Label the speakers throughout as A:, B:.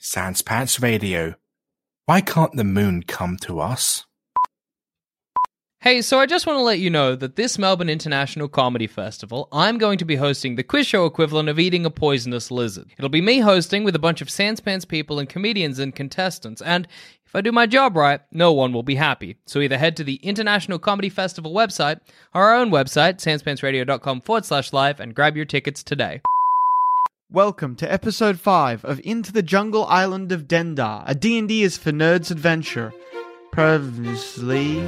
A: Sanspants Radio. Why can't the moon come to us?
B: Hey, so I just want to let you know that this Melbourne International Comedy Festival, I'm going to be hosting the quiz show equivalent of Eating a Poisonous Lizard. It'll be me hosting with a bunch of Sanspans people and comedians and contestants, and if I do my job right, no one will be happy. So either head to the International Comedy Festival website or our own website, sanspantsradio.com forward slash live, and grab your tickets today.
C: Welcome to episode 5 of Into the Jungle Island of Dendar, a D&D is for nerds adventure. Previously,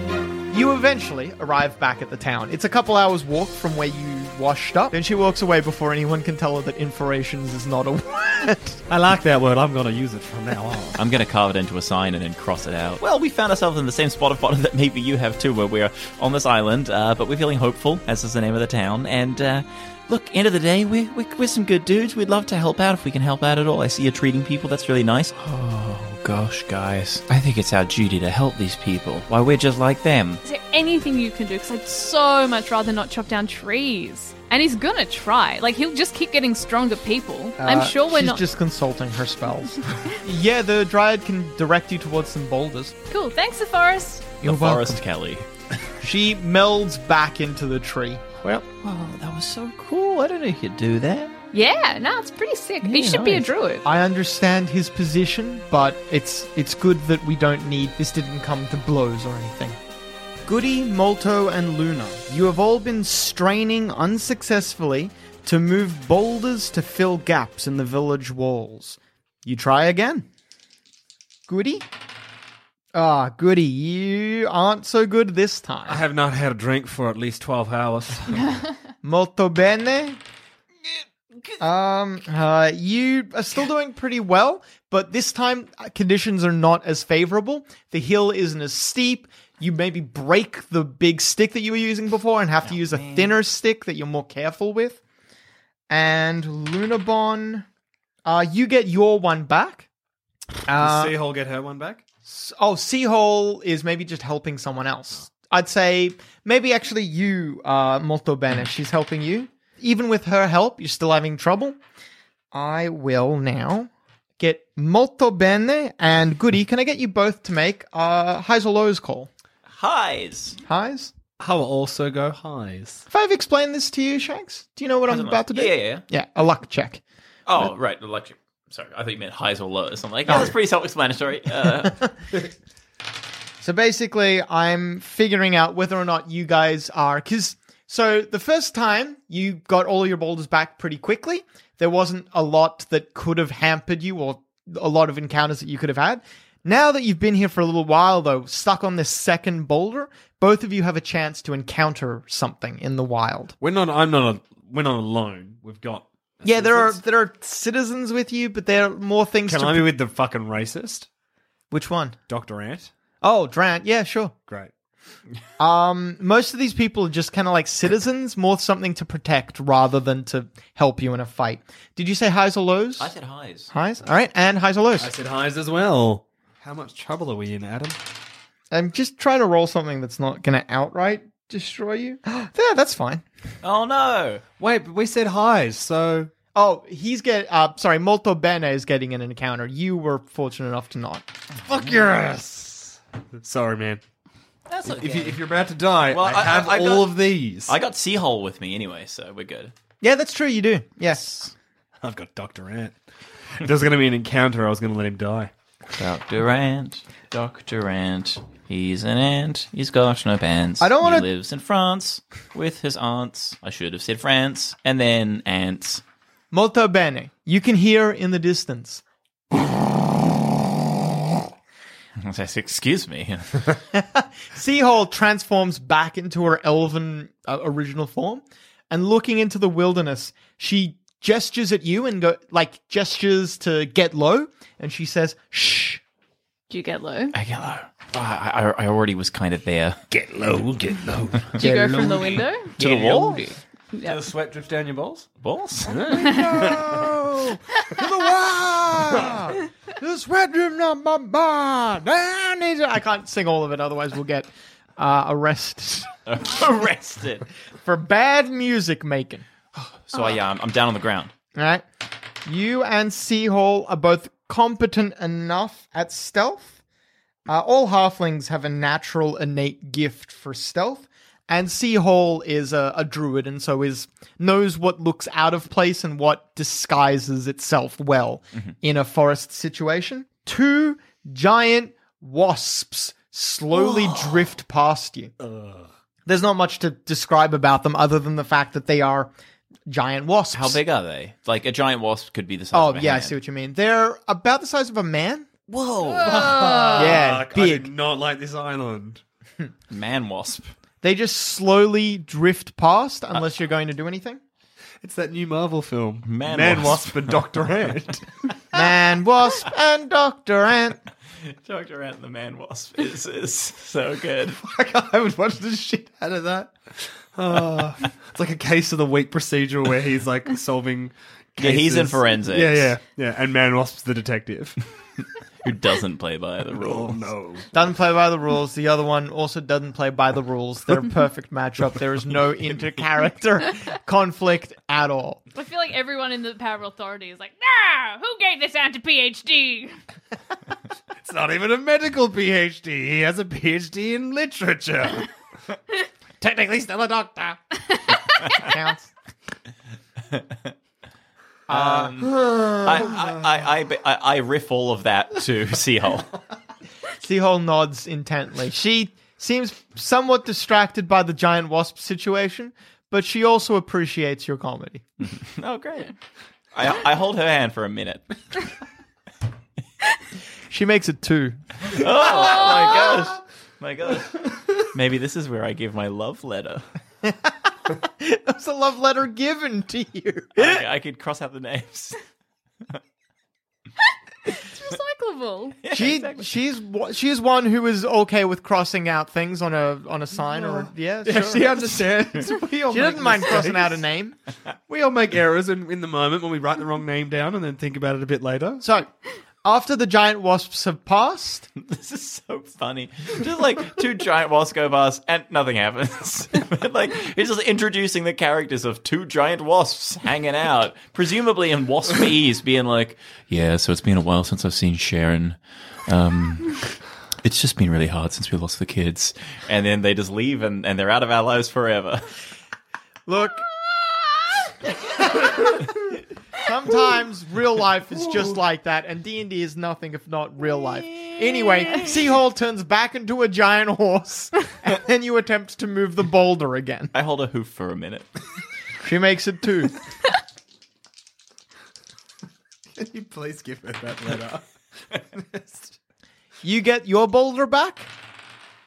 C: you eventually arrive back at the town. It's a couple hours walk from where you washed up. Then she walks away before anyone can tell her that informations is not a word.
D: I like that word. I'm going to use it from now on.
E: I'm going to carve it into a sign and then cross it out. Well, we found ourselves in the same spot of bottom that maybe you have too, where we're on this island, uh, but we're feeling hopeful, as is the name of the town. And uh, look, end of the day, we're, we're, we're some good dudes. We'd love to help out if we can help out at all. I see you treating people, that's really nice. Oh, gosh, guys. I think it's our duty to help these people. Why, we're just like them.
F: Is there anything you can do? Because I'd so much rather not chop down trees. And he's gonna try. Like, he'll just keep getting stronger people. I'm
C: Uh,
F: sure we're
C: she's
F: not.
C: just consulting her spells. yeah, the dryad can direct you towards some boulders.
F: Cool. Thanks, the forest.
C: You're
E: the Forest Kelly.
C: She melds back into the tree. Well,
E: Oh, that was so cool. I don't know if you could do that.
F: Yeah, no, it's pretty sick. he
E: Yeah,
F: should be a
E: nice.
F: druid.
C: I understand his position, but it's it's good that we don't need this didn't come to blows or anything. Goody, Molto, and Luna, you have all been straining unsuccessfully to move boulders to fill gaps in the village walls. You try again. Goody? Ah, Goody, you aren't so good this time.
D: I have not had a drink for at least 12 hours.
C: Molto bene. Um, uh, you are still doing pretty well, but this time uh, conditions are not as favorable. The hill isn't as steep. You maybe break the big stick that you were using before and have to use a thinner stick that you're more careful with. And Lunabon, uh, you get your one back.
D: Does
C: Uh,
D: Seahole get her one back?
C: oh, Seahole is maybe just helping someone else. I'd say maybe actually you, uh, Molto Bene. She's helping you. Even with her help, you're still having trouble. I will now get Molto Bene and Goody. Can I get you both to make uh, highs or lows call?
E: Highs.
C: Highs?
D: I will also go highs.
C: If I've explained this to you, Shanks, do you know what I'm about to do?
E: Yeah, yeah, yeah.
C: Yeah, a luck check.
E: Oh, right. the Lecture. Sorry, I thought you meant highs or lows. I'm like, oh, that's pretty self-explanatory. Uh,
C: So basically, I'm figuring out whether or not you guys are because. So the first time you got all your boulders back pretty quickly. There wasn't a lot that could have hampered you, or a lot of encounters that you could have had. Now that you've been here for a little while, though, stuck on this second boulder, both of you have a chance to encounter something in the wild.
D: We're not, I'm not, a, we're not alone. We've got.
C: Yeah, there are
D: assistants.
C: there are citizens with you, but there are more things.
D: Can
C: to
D: I be with the fucking racist?
C: Which one?
D: Dr. Ant?
C: Oh, Drant. Yeah, sure.
D: Great.
C: Um, most of these people are just kind of like citizens, more something to protect rather than to help you in a fight. Did you say highs or lows?
E: I said highs.
C: highs. All right, and highs or
D: I
C: lows.
D: said highs as well. How much trouble are we in, Adam?
C: I'm Um, just trying to roll something that's not going to outright destroy you. there, that's fine.
E: Oh, no.
D: Wait, but we said highs, so.
C: Oh, he's get. Uh, sorry, Molto Bene is getting an encounter. You were fortunate enough to not.
D: Fuck yes! Sorry, man.
E: That's okay.
D: If, you, if you're about to die,
E: Well,
D: I,
E: I-
D: have
E: I- I
D: all
E: got-
D: of these.
E: I got Seahole with me anyway, so we're good.
C: Yeah, that's true. You do. Yes.
D: I've got Dr. Ant. If there's going to be an encounter, I was going to let him die.
E: Dr. Ant, Dr. Ant, he's an ant, he's got no pants.
C: I don't wanna-
E: He lives in France with his aunts. I should have said France, and then ants.
C: Molto Bene. You can hear in the distance.
E: I said, Excuse me.
C: Seahole transforms back into her elven uh, original form, and looking into the wilderness, she gestures at you and go like gestures to get low, and she says, "Shh."
F: Do you get low?
E: I get low. I, I, I already was kind of there.
D: Get low, get low.
F: Do you go from the window?
E: To the wall?
F: Yeah.
D: sweat drips down your balls?
E: Balls?
C: No, to the wall, the sweat room number one. I, need to-" I can't sing all of it, otherwise we'll get uh, arrested
E: Arrested.
C: for bad music making.
E: So I, yeah, I'm, I'm down on the ground.
C: All right. You and Seahole are both competent enough at stealth. Uh, all halflings have a natural innate gift for stealth, and Seahall is a, a druid and so is knows what looks out of place and what disguises itself well in a forest situation. Two giant wasps slowly drift past you. There's not much to describe about them other than the fact that they are giant wasps.
E: How big are they? Like a giant wasp could be the size
C: Oh
E: of a
C: yeah, I
E: hand.
C: see what you mean. They're about the size of a man.
E: Whoa.
C: yeah, big.
G: not like this island.
E: Man wasp.
C: They just slowly drift
E: Uh,
C: past unless you're going to do anything.
G: It's that new Marvel film,
E: Man Wasp.
G: Wasp. and Doctor Ant.
C: Man, wasp, and Doctor Ant.
E: Dr. Ant the man wasp is, is so good.
G: like I would watch the shit out of that. Uh, it's like a case of the week procedural where he's like solving.
E: Yeah, he's in
G: cases.
E: forensics.
G: Yeah, yeah, yeah. And Man Wasp's the detective.
E: Who doesn't play by the
G: oh
E: rules.
G: no.
C: Doesn't play by the rules. The other one also doesn't play by the rules. They're a perfect matchup. There is no inter-character conflict at all.
F: I feel like everyone in the power authority is like, nah, who gave this ant a PhD?
G: It's not even a medical PhD. He has a PhD in literature. Technically, still a doctor.
C: Counts.
E: I, I, I, I, I riff all of that to Seahole.
C: Seahole nods intently. She seems somewhat distracted by the giant wasp situation, but she also appreciates your comedy.
E: oh, great. I, I hold her hand for a minute.
C: She makes it two.
E: Oh, my gosh. My gosh. Maybe this is where I give my love letter.
C: It's a love letter given to you.
E: I, I could cross out the names.
F: Recyclable.
C: she she's wa- she's one who is okay with crossing out things on a on a sign or a, yeah. sure.
G: She understands. We all
C: She
G: make
C: doesn't mind
G: mistakes.
C: crossing out a name.
G: We all make errors in, in the moment when we write the wrong name down and then think about it a bit later.
C: So after the giant wasps have passed,
E: This is so funny. Just like two giant wasps go past and nothing happens. like it's just introducing the characters of two giant wasps hanging out, presumably in waspese, being like, "Yeah, so it's been a while since I've seen Sharon. Um, it's just been really hard since we lost the kids." And then they just leave, and, and they're out of our lives forever.
C: look. Sometimes real life is just like that, and D and D is nothing if not real life. Anyway, Seahole turns back into a giant horse, and then you attempt to move the boulder again.
E: I hold a hoof for a minute.
C: She makes it two.
G: Can you please give her that letter?
C: You get your boulder back,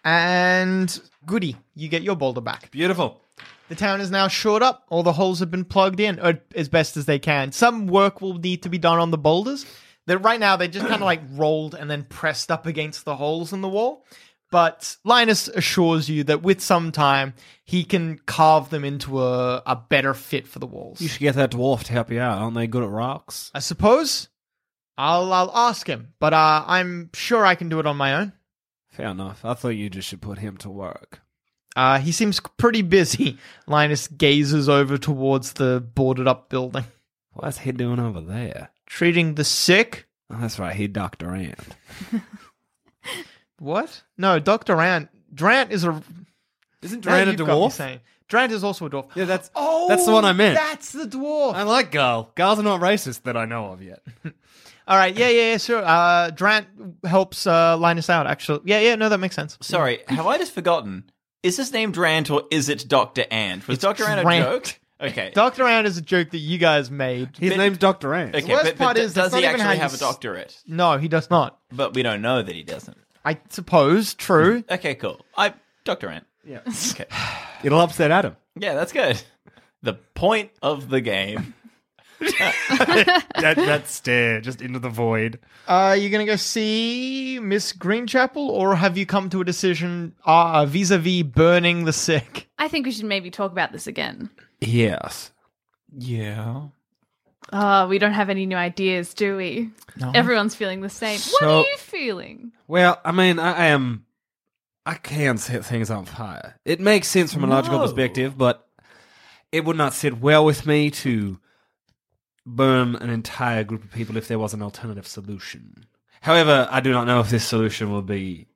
C: and goody, you get your boulder back.
G: Beautiful.
C: The town is now shored up. All the holes have been plugged in, or as best as they can. Some work will need to be done on the boulders. That right now they just kind of like rolled and then pressed up against the holes in the wall. But Linus assures you that with some time he can carve them into a, a better fit for the walls.
G: should get that dwarf to help you out. Aren't they good at rocks?
C: I suppose I'll I'll ask him, but uh, I'm sure I can do it on my own.
G: Fair enough. I thought you just should put him to work.
C: Uh, he seems pretty busy. Linus gazes over towards the boarded up building.
G: What's he doing over there?
C: Treating the sick?
G: Oh, that's right. He Doctor Ant.
C: What? No, Dr. Ant. Durant is a.
G: Isn't
C: now
G: Durant a
C: you've got me
G: dwarf?
C: saying. Durant is also a dwarf.
G: Yeah, that's
C: Oh!
G: that's the one I meant.
C: That's the dwarf.
G: I like Garl. Garls are not racist that I know of yet.
C: All right. Yeah, yeah, yeah, sure. Uh, Durant helps uh, Linus out, actually. Yeah, yeah, no, that makes sense.
E: Sorry, have I just forgotten? Is this named Rant or is it Doctor Ant? Was Doctor Ant a
C: Grant.
E: joke? Okay.
C: Dr. Ant is a joke that you guys made.
G: His name's Doctor Ant.
E: Okay,
C: worst
E: but, but
C: part
E: d-
C: is that's
E: does he
C: not even how
E: actually
C: you
E: have a
C: s-
E: doctorate?
C: No, he does not.
E: But we don't know that he doesn't.
C: I suppose. True.
E: Okay, cool. I Doctor Ant.
G: Yeah.
E: Okay.
G: It'll upset Adam.
E: Yeah, that's good. The point of the game.
G: That, that stare just into the void.
C: Are Uh, you going to go see Miss Greenchapel, or have you come to a decision uh, vis-a-vis burning the sick?
F: I think we should maybe talk about this again.
G: Yes.
E: Yeah.
F: Oh, we don't have any new ideas, do we? Everyone's feeling the same. what
G: So-
F: are you feeling?
G: Well, I mean, I, I am. I can set things on fire. It makes sense from a logical
E: No.
G: perspective, but it would not sit well with me to
D: burn an entire group of people if there was an alternative solution. However, I do not know if this solution will be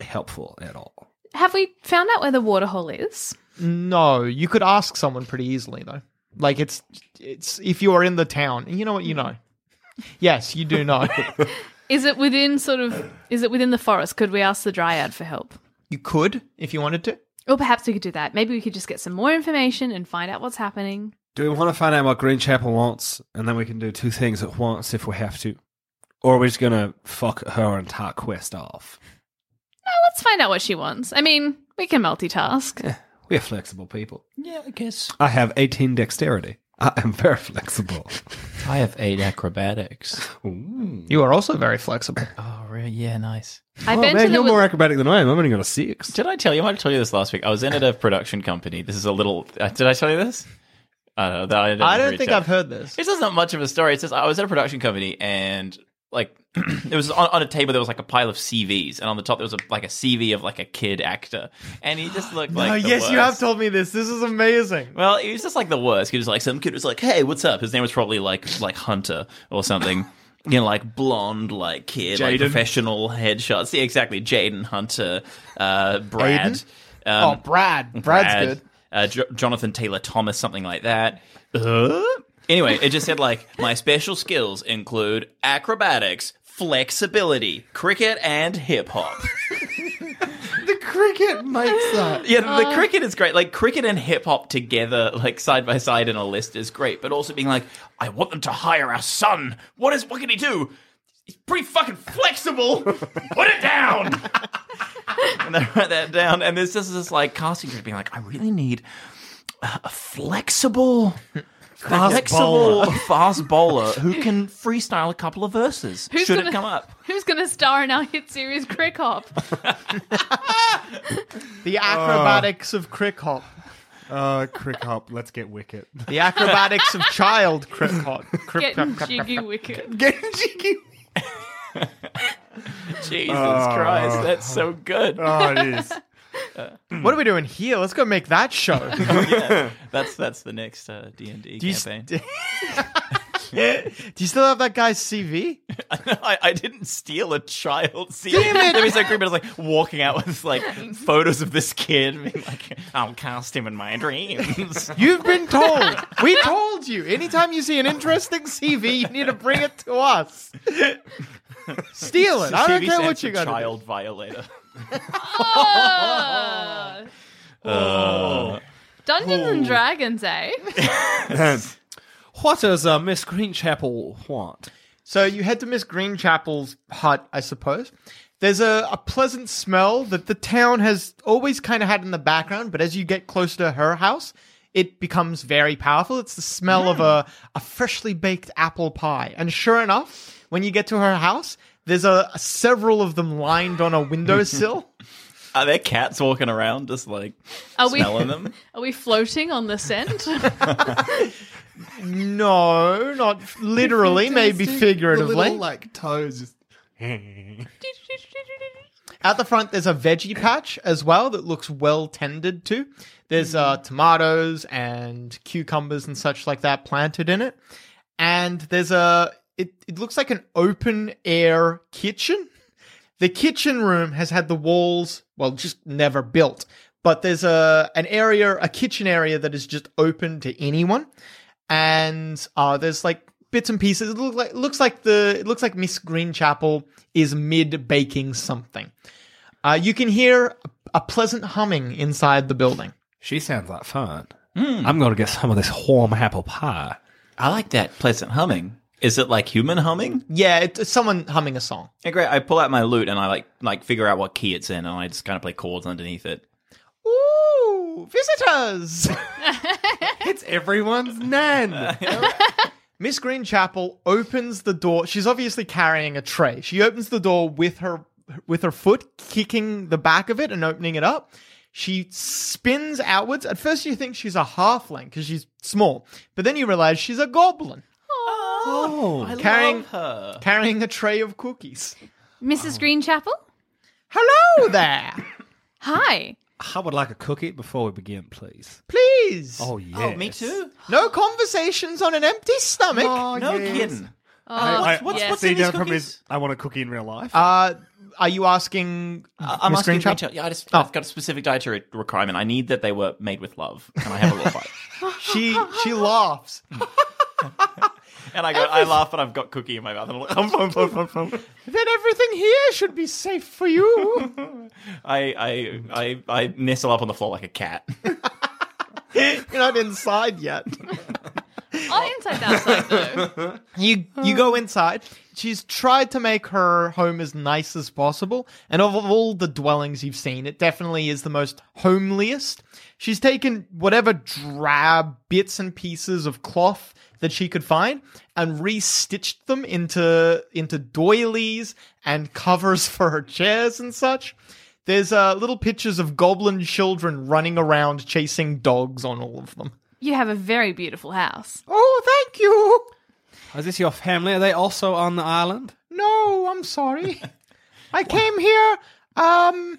D: helpful at all.
F: Have we found out where the water hole is?
C: No, you could ask someone pretty easily though. Like it's it's if you are in the town, you know what you know. Yes, you do know.
F: Is it within sort of? Is it within the forest? Could we ask the dryad for help?
C: you could if you wanted to.
F: Or perhaps we could do that. Maybe we could just get some more information and find out what's happening.
D: Do we want to find out what Greenchapel wants, and then we can do two things at once if we have to? Or are we just going to fuck her entire quest off?
F: No, let's find out what she wants. I mean, we can multitask.
D: We are flexible people.
E: Yeah, I guess.
D: I have 18 dexterity. I am very flexible.
E: I have eight acrobatics.
C: You are also very flexible.
E: oh, really? Yeah, nice.
F: I've
D: oh,
F: been
D: man,
F: to
D: you're
F: the
D: more acrobatic than I am. I've only got a six.
E: Did I tell you? I might have told you this last week. I was in at a production company. This is a little. Uh, did I tell you this? I don't know. that I, didn't
C: I
E: reach
C: don't think
E: out.
C: I've heard this.
E: This is not much of a story. It says I was at a production company and like it was on, on a table there was like a pile of CVs and on the top there was a, like a CV of like a kid actor and he just looked like
C: oh,
E: the
C: yes, you have
E: worst.
C: told me this. This is amazing.
E: Well, he was just like the worst. He was like some kid was like, "Hey, what's up?" His name was probably like like Hunter or something. You know, like blonde, like kid, like
D: Jaden.
E: professional headshots. Yeah, exactly. Jaden Hunter, uh, Brad. Um,
C: oh, Brad. Brad's
E: Brad,
C: good.
E: Uh, Jo- Jonathan Taylor Thomas, something like that. Uh? Anyway, it just said like my special skills include acrobatics, flexibility, cricket, and hip hop.
C: The cricket makes that.
E: Yeah,
F: Oh.
E: the cricket is great. Like cricket and hip hop together, like side by side in a list is great. But also being like, I want them to hire our son. What is? What can he do? He's pretty fucking flexible. Put it down. and they write that down. And there's just this like casting director being like, I really need a flexible. flexible fast bowler who can freestyle a couple of verses.
F: Who's
E: should
F: gonna-
E: it come up?
F: Who's going to star in our hit series Crick Hop?
C: The acrobatics of crick hop.
D: Uh, crick hop. Let's get wicked.
C: The acrobatics of child crick hop. Crick,
F: Getting
C: crick, crick, crick.
F: jiggy wicked.
D: Get jiggy.
E: Jesus Christ, that's so
F: Ah.
E: good.
D: Oh, it is.
C: What are we doing here? Let's go make that show.
E: That's that's the next uh, D&D
C: Do you,
E: campaign.
C: st- Do you still have that guy's CV?
E: I, I didn't steal a child. See, it was so creepy. I was like walking out with like photos of this kid, being like, "I'll cast him in my dreams."
C: You've been told. We told you. Anytime you see an interesting CV, you need to bring it to us. Steal it. I don't
E: TV
C: care
E: stands
C: what you
E: for
C: got.
E: Child violator.
F: Ah.
E: Uh,
F: Dungeons and Dragons, eh?
D: What does uh, Miss Greenchapel want?
C: So you head to Miss Greenchapel's hut, I suppose. There's a, a pleasant smell that the town has always kind of had in the background, but as you get closer to her house, it becomes very powerful. It's the smell of a, a freshly baked apple pie. And sure enough, when you get to her house, there's a, several of them lined on a windowsill.
E: are there cats walking around just like
F: Are we
E: smelling them?
F: are we floating on the scent?
C: no, not literally, maybe figuratively.
D: like toes.
C: At the front, there's a veggie patch as well that looks well tended to. There's uh, tomatoes and cucumbers and such like that planted in it. And there's a, it, it looks like an open air kitchen. The kitchen room has had the walls, well, just never built. But there's a an area, a kitchen area that is just open to anyone, and uh, there's like bits and pieces. It looks like looks like the it looks like Miss Greenchapel is mid baking something. Uh, you can hear a pleasant humming inside the building.
D: She sounds like fun. I'm going to get some of this warm apple pie.
E: I like that pleasant humming. Is it like human humming?
C: Yeah, it, it's someone humming a song.
E: Yeah, great. I pull out my loot and I like like figure out what key it's in, and I just kind of play chords underneath it.
C: Ooh, visitors!
D: It's everyone's nan.
C: Miss Greenchapel opens the door. She's obviously carrying a tray. She opens the door with her with her foot kicking the back of it and opening it up. She spins outwards. At first you think she's a halfling because she's small, but then you realize she's a goblin
E: Oh, I
C: Carrying-
E: love her.
C: carrying a tray of cookies.
F: Mrs. Greenchapel?
C: Hello there.
F: Hi.
D: I would like a cookie before we begin, please.
C: Please.
D: Oh, yes.
E: Oh, me too.
C: No conversations on an empty stomach.
E: No kidding.
F: Oh,
E: what's- what's-
F: yes.
E: what's in
D: See,
E: these
D: the problem
E: cookies?
D: is I want a cookie in real life.
C: Uh, are you asking?
E: I- I'm
C: Miss
E: asking
C: Greenchap?
E: Rachel. Yeah, I just I've got a specific dietary requirement. I need that they were made with love, and I have a little bite.
C: She she laughs.
E: And I go, I laugh, and I've got cookie in my mouth. And I'm like, "Um, um, um, um, um."
C: Then everything here should be safe for you.
E: I, I, I, I nestle up on the floor like a cat.
C: You're not inside yet.
F: Oh, inside outside though.
C: You you go inside. She's tried to make her home as nice as possible, and of all the dwellings you've seen, it definitely is the most homeliest. She's taken whatever drab bits and pieces of cloth that she could find and restitched them into into doilies and covers for her chairs and such. There's uh, little pictures of goblin children running around chasing dogs on all of them.
F: You have a very beautiful house.
C: Oh, thank you.
D: Is this your family? Are they also on the island?
C: No, I'm sorry. I came here. Um,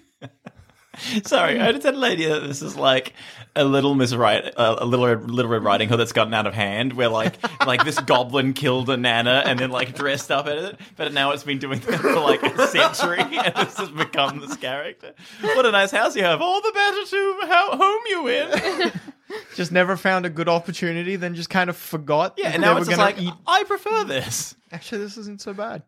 E: Sorry, I just had an idea that this is like a little Miss Right, uh, a little Red, little Red Riding Hood that's gotten out of hand. Where like like this goblin killed a nana and then like dressed up in it, but now it's been doing that for like a century, and this has become this character. What a nice house you have! All the better to how home you in.
C: just never found a good opportunity, then just kind of forgot.
E: Yeah,
C: that
E: and
C: they
E: now
C: were
E: it's just
C: gonna
E: like I prefer this.
C: Actually, this isn't so bad.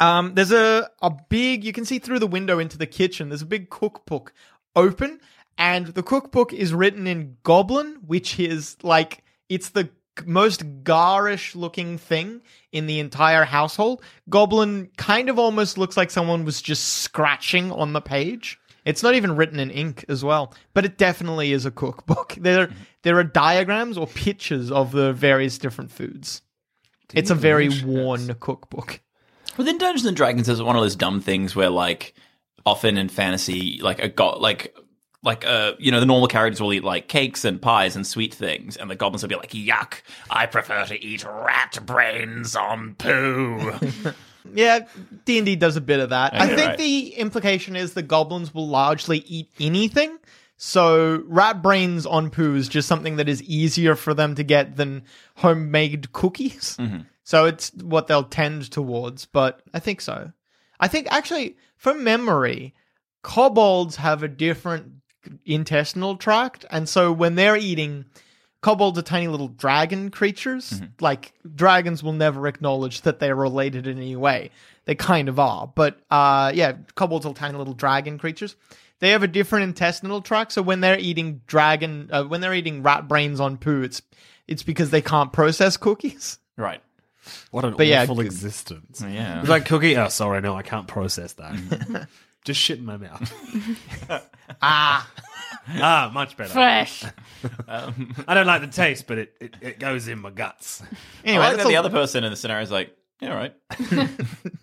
C: Um, there's a a big. You can see through the window into the kitchen. There's a big cookbook open, and the cookbook is written in Goblin, which is like it's the most garish looking thing in the entire household. Goblin kind of almost looks like someone was just scratching on the page. It's not even written in ink as well, but it definitely is a cookbook. There there are diagrams or pictures of the various different foods. It's a very worn cookbook.
E: Within Dungeons and Dragons, there's one of those dumb things where, like, often in fantasy, like a go- like like uh you know the normal characters will eat like cakes and pies and sweet things, and the goblins will be like, "Yuck! I prefer to eat rat brains on poo."
C: Yeah, D and D does a bit of that. I
E: you're
C: think
E: right.
C: the implication is the goblins will largely eat anything. So rat brains on poo is just something that is easier for them to get than homemade cookies. So it's what they'll tend towards. But I think so. I think actually, from memory, kobolds have a different intestinal tract, and so when they're eating, kobolds are tiny little dragon creatures.
E: Mm-hmm.
C: Like dragons will never acknowledge that they're related in any way. They kind of are, but uh, yeah, kobolds are tiny little dragon creatures. They have a different intestinal tract, so when they're eating dragon, uh, when they're eating rat brains on poo, it's it's because they can't process cookies.
E: right?
D: What an
C: But yeah,
D: awful
C: good.
D: existence.
E: Yeah.
D: It's like cookie. Oh, sorry, no, I can't process that. Just shit in my mouth.
C: Ah,
D: ah, much better.
F: Fresh.
D: I don't like the taste, but it, it, it goes in my guts.
C: anyway,
E: I like
C: that's
E: that the
C: all-
E: other person in the scenario is like, "Yeah, all right."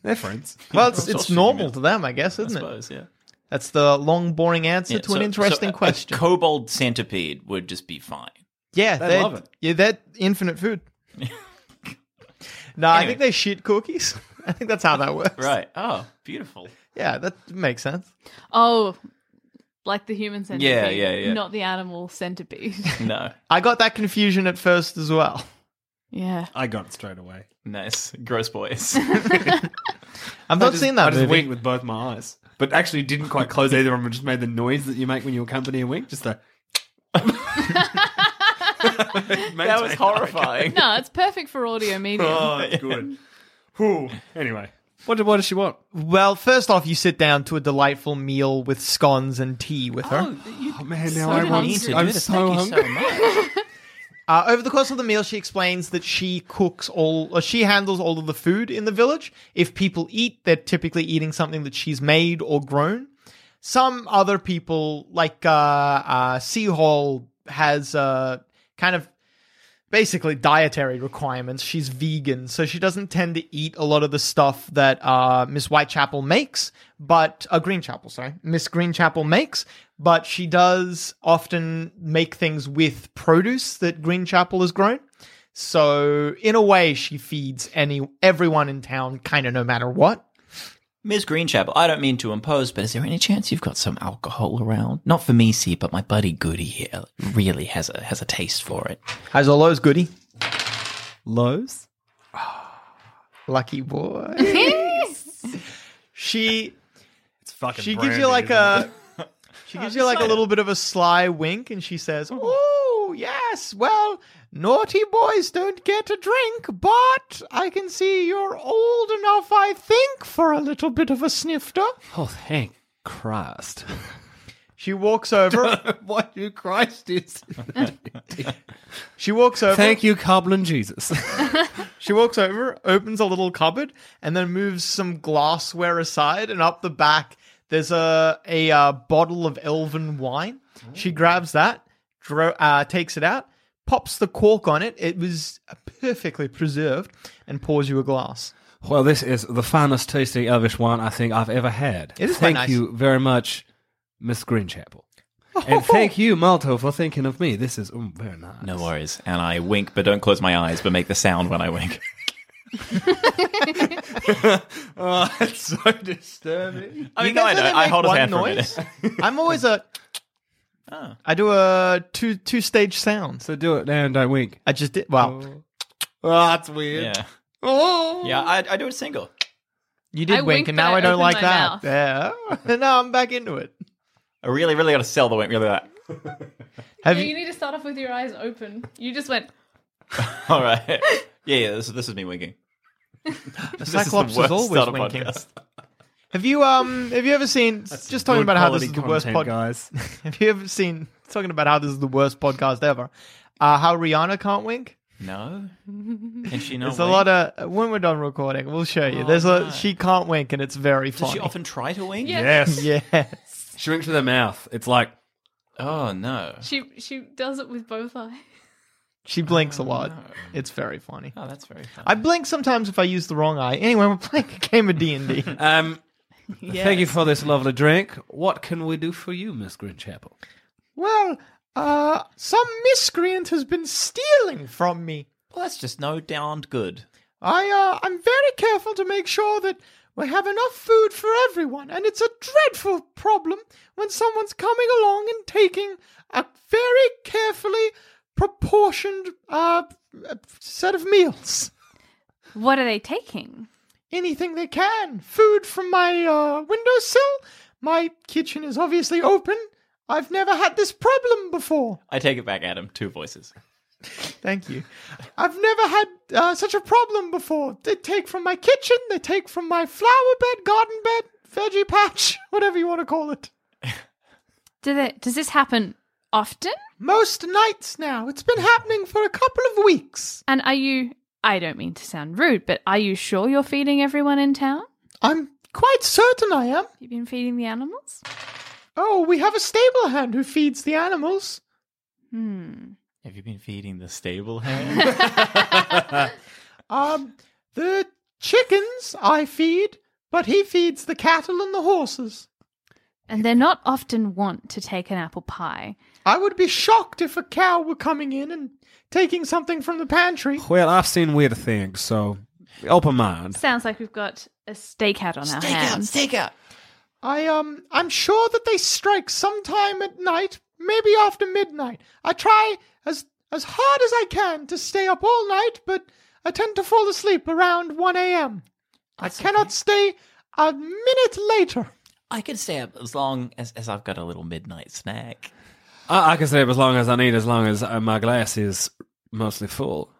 D: They're friends.
C: well, it's,
E: That's all
C: it's
E: shooting
C: normal
E: out.
C: to them, I guess, isn't
E: I
C: it?
E: suppose, yeah.
C: That's the long, boring answer
E: Yeah,
C: to an
E: so- uh,
C: interesting
E: so a-
C: question.
E: A kobold centipede would just be fine.
C: Yeah,
D: They
C: they're-
D: love it.
C: Yeah, that infinite food. no, I
E: Anyway.
C: think they shit cookies. I think that's how that works.
E: Right. Oh, beautiful.
C: Yeah, that makes sense.
F: Oh, like the human centipede.
E: Yeah, yeah, yeah.
F: Not the animal centipede.
E: No.
C: I got that confusion at first as well.
F: yeah.
D: I got it straight away.
E: Nice. Gross boys.
C: I've not
D: just-
C: seen
D: I
C: that
D: just
C: movie.
D: winked with both my eyes, but actually didn't quite close either of them. Just made the noise that you make when you accompany a wink. Just the.
E: that was horrifying.
F: No, it's perfect for audio medium.
D: Oh, that's good. Whew. Anyway, what, did- what does she want?
C: Well, first off, you sit down to a delightful meal with scones and tea with her.
D: Oh man, now
F: so
D: I want.
F: hungry.
D: I'm so hungry.
C: Uh, over the course of the meal, she explains that she cooks all, or she handles all of the food in the village. If people eat, they're typically eating something that she's made or grown. Some other people, like uh, uh, Seahall, has uh, kind of basically dietary requirements. She's vegan, so she doesn't tend to eat a lot of the stuff that uh, Miss Whitechapel makes, but uh, Greenchapel, sorry, Miss Greenchapel makes. But she does often make things with produce that Greenchapel has grown. So in a way, she feeds any everyone in town, kind of no matter what.
E: Ms. Greenchapel, I don't mean to impose, but is there any chance you've got some alcohol around? Not for me, see, but my buddy Goody here really has a has a taste for it.
C: Highs or lows, goody?
E: Lows?
C: Lucky boy. she
D: It's fucking.
C: she gives
D: brandy,
C: you like
D: isn't it?
C: a she gives you like a little bit of a sly wink, and she says, "Oh yes, well, naughty boys don't get a drink, but I can see you're old enough, I think, for a little bit of a snifter."
G: Oh, thank Christ.
C: She walks over.
D: What you Christ is?
C: she walks over.
G: Thank you, Coblin Jesus.
C: She walks over, opens a little cupboard, and then moves some glassware aside. And up the back, there's a a uh, bottle of elven wine. She grabs that, dro- uh, takes it out, pops the cork on it. It was perfectly preserved, and pours you a glass.
G: well, this is the finest tasting Elvish wine I think I've ever had.
C: It is quite
G: thank
C: nice.
G: you very much, Miss Greenchapel. And thank you, Malto, for thinking of me. This is mm, very nice.
E: No worries. And I wink, but don't close my eyes, but make the sound when I wink.
G: Oh, that's so disturbing.
E: I
C: You
E: mean, no, I know.
C: guys know they
E: I
C: make
E: hold his
C: one
E: hand
C: noise?
E: for a minute.
C: I'm always a.
E: Ah.
C: I do a two two stage sound.
G: So do it now and don't wink.
C: I just did. Wow,
G: Oh, that's weird.
E: Yeah.
C: Oh.
E: Yeah, I, I do it single.
C: you did
F: I winked,
C: wink, and
F: but
C: now
F: I
C: I, don't
F: opened
C: like
F: my
C: that.
F: mouth.
C: Yeah, now I'm back into it.
E: I really, really got to sell the wink. Really, like,
C: Have
F: You need to start off with your eyes open. You just went.
E: all right. Yeah, yeah. This, this is me winking.
C: The
E: This
C: Cyclops is,
E: the worst
C: always
E: start of
C: winking.
E: podcast.
C: Have you um? Have you ever seen? just talking about how this is the worst
G: content,
C: podcast.
G: guys.
C: Have you ever seen? Talking about how this is the worst podcast ever. Uh, how Rihanna can't wink.
E: No, can she not?
C: There's a lot of uh, when we're done recording, we'll show you. There's a she can't wink, and it's very
E: Oh, Does
C: funny.
E: she often try to wink?
F: Yeah.
G: Yes.
C: yeah,
G: She winks with her mouth. It's like,
E: Oh no.
F: She she does it with both eyes.
C: she blinks a lot. It's very funny.
E: Oh, that's very funny.
C: I blink sometimes if I use the wrong eye. Anyway, we're playing a game of D and D.
G: um, thank you for this lovely drink. What can we do for you, Miss Greenchapel?
C: Well, uh, some miscreant has been stealing from me.
E: Well, that's just no darned good.
C: I uh, I'm very careful to make sure that we have enough food for everyone, and it's a dreadful problem when someone's coming along and taking a very carefully proportioned uh set of meals.
F: What are they taking?
C: Anything they can, food from my uh, windowsill. My kitchen is obviously open. I've never had this problem before.
E: I take it back, Adam. Two voices.
C: Thank you. I've never had uh, such a problem before. They take from my kitchen, they take from my flower bed, garden bed, veggie patch, whatever you want to call it.
F: Do they, does this happen often?
C: Most nights now. It's been happening for a couple of weeks.
F: And are you? I don't mean to sound rude, but are you sure you're feeding everyone in town?
C: I'm quite certain I am.
F: You've been feeding the animals.
C: Oh, we have a stable hand who feeds the animals.
F: Hmm.
E: Have you been feeding the stable hand?
C: Um, the chickens I feed, but he feeds the cattle and the horses.
F: And they're not often wont to take an apple pie.
C: I would be shocked if a cow were coming in and taking something from the pantry.
G: Well, I've seen weird things, so open mind.
F: Sounds like we've got a stakeout on our hands.
C: I um I'm sure that they strike sometime at night, maybe after midnight. I try as as hard as I can to stay up all night, but I tend to fall asleep around 1 a.m. I cannot stay a minute later.
E: I could stay up as long as, as I've got a little midnight snack.
G: I, I can stay up as long as I need, as long as uh, my glass is mostly full.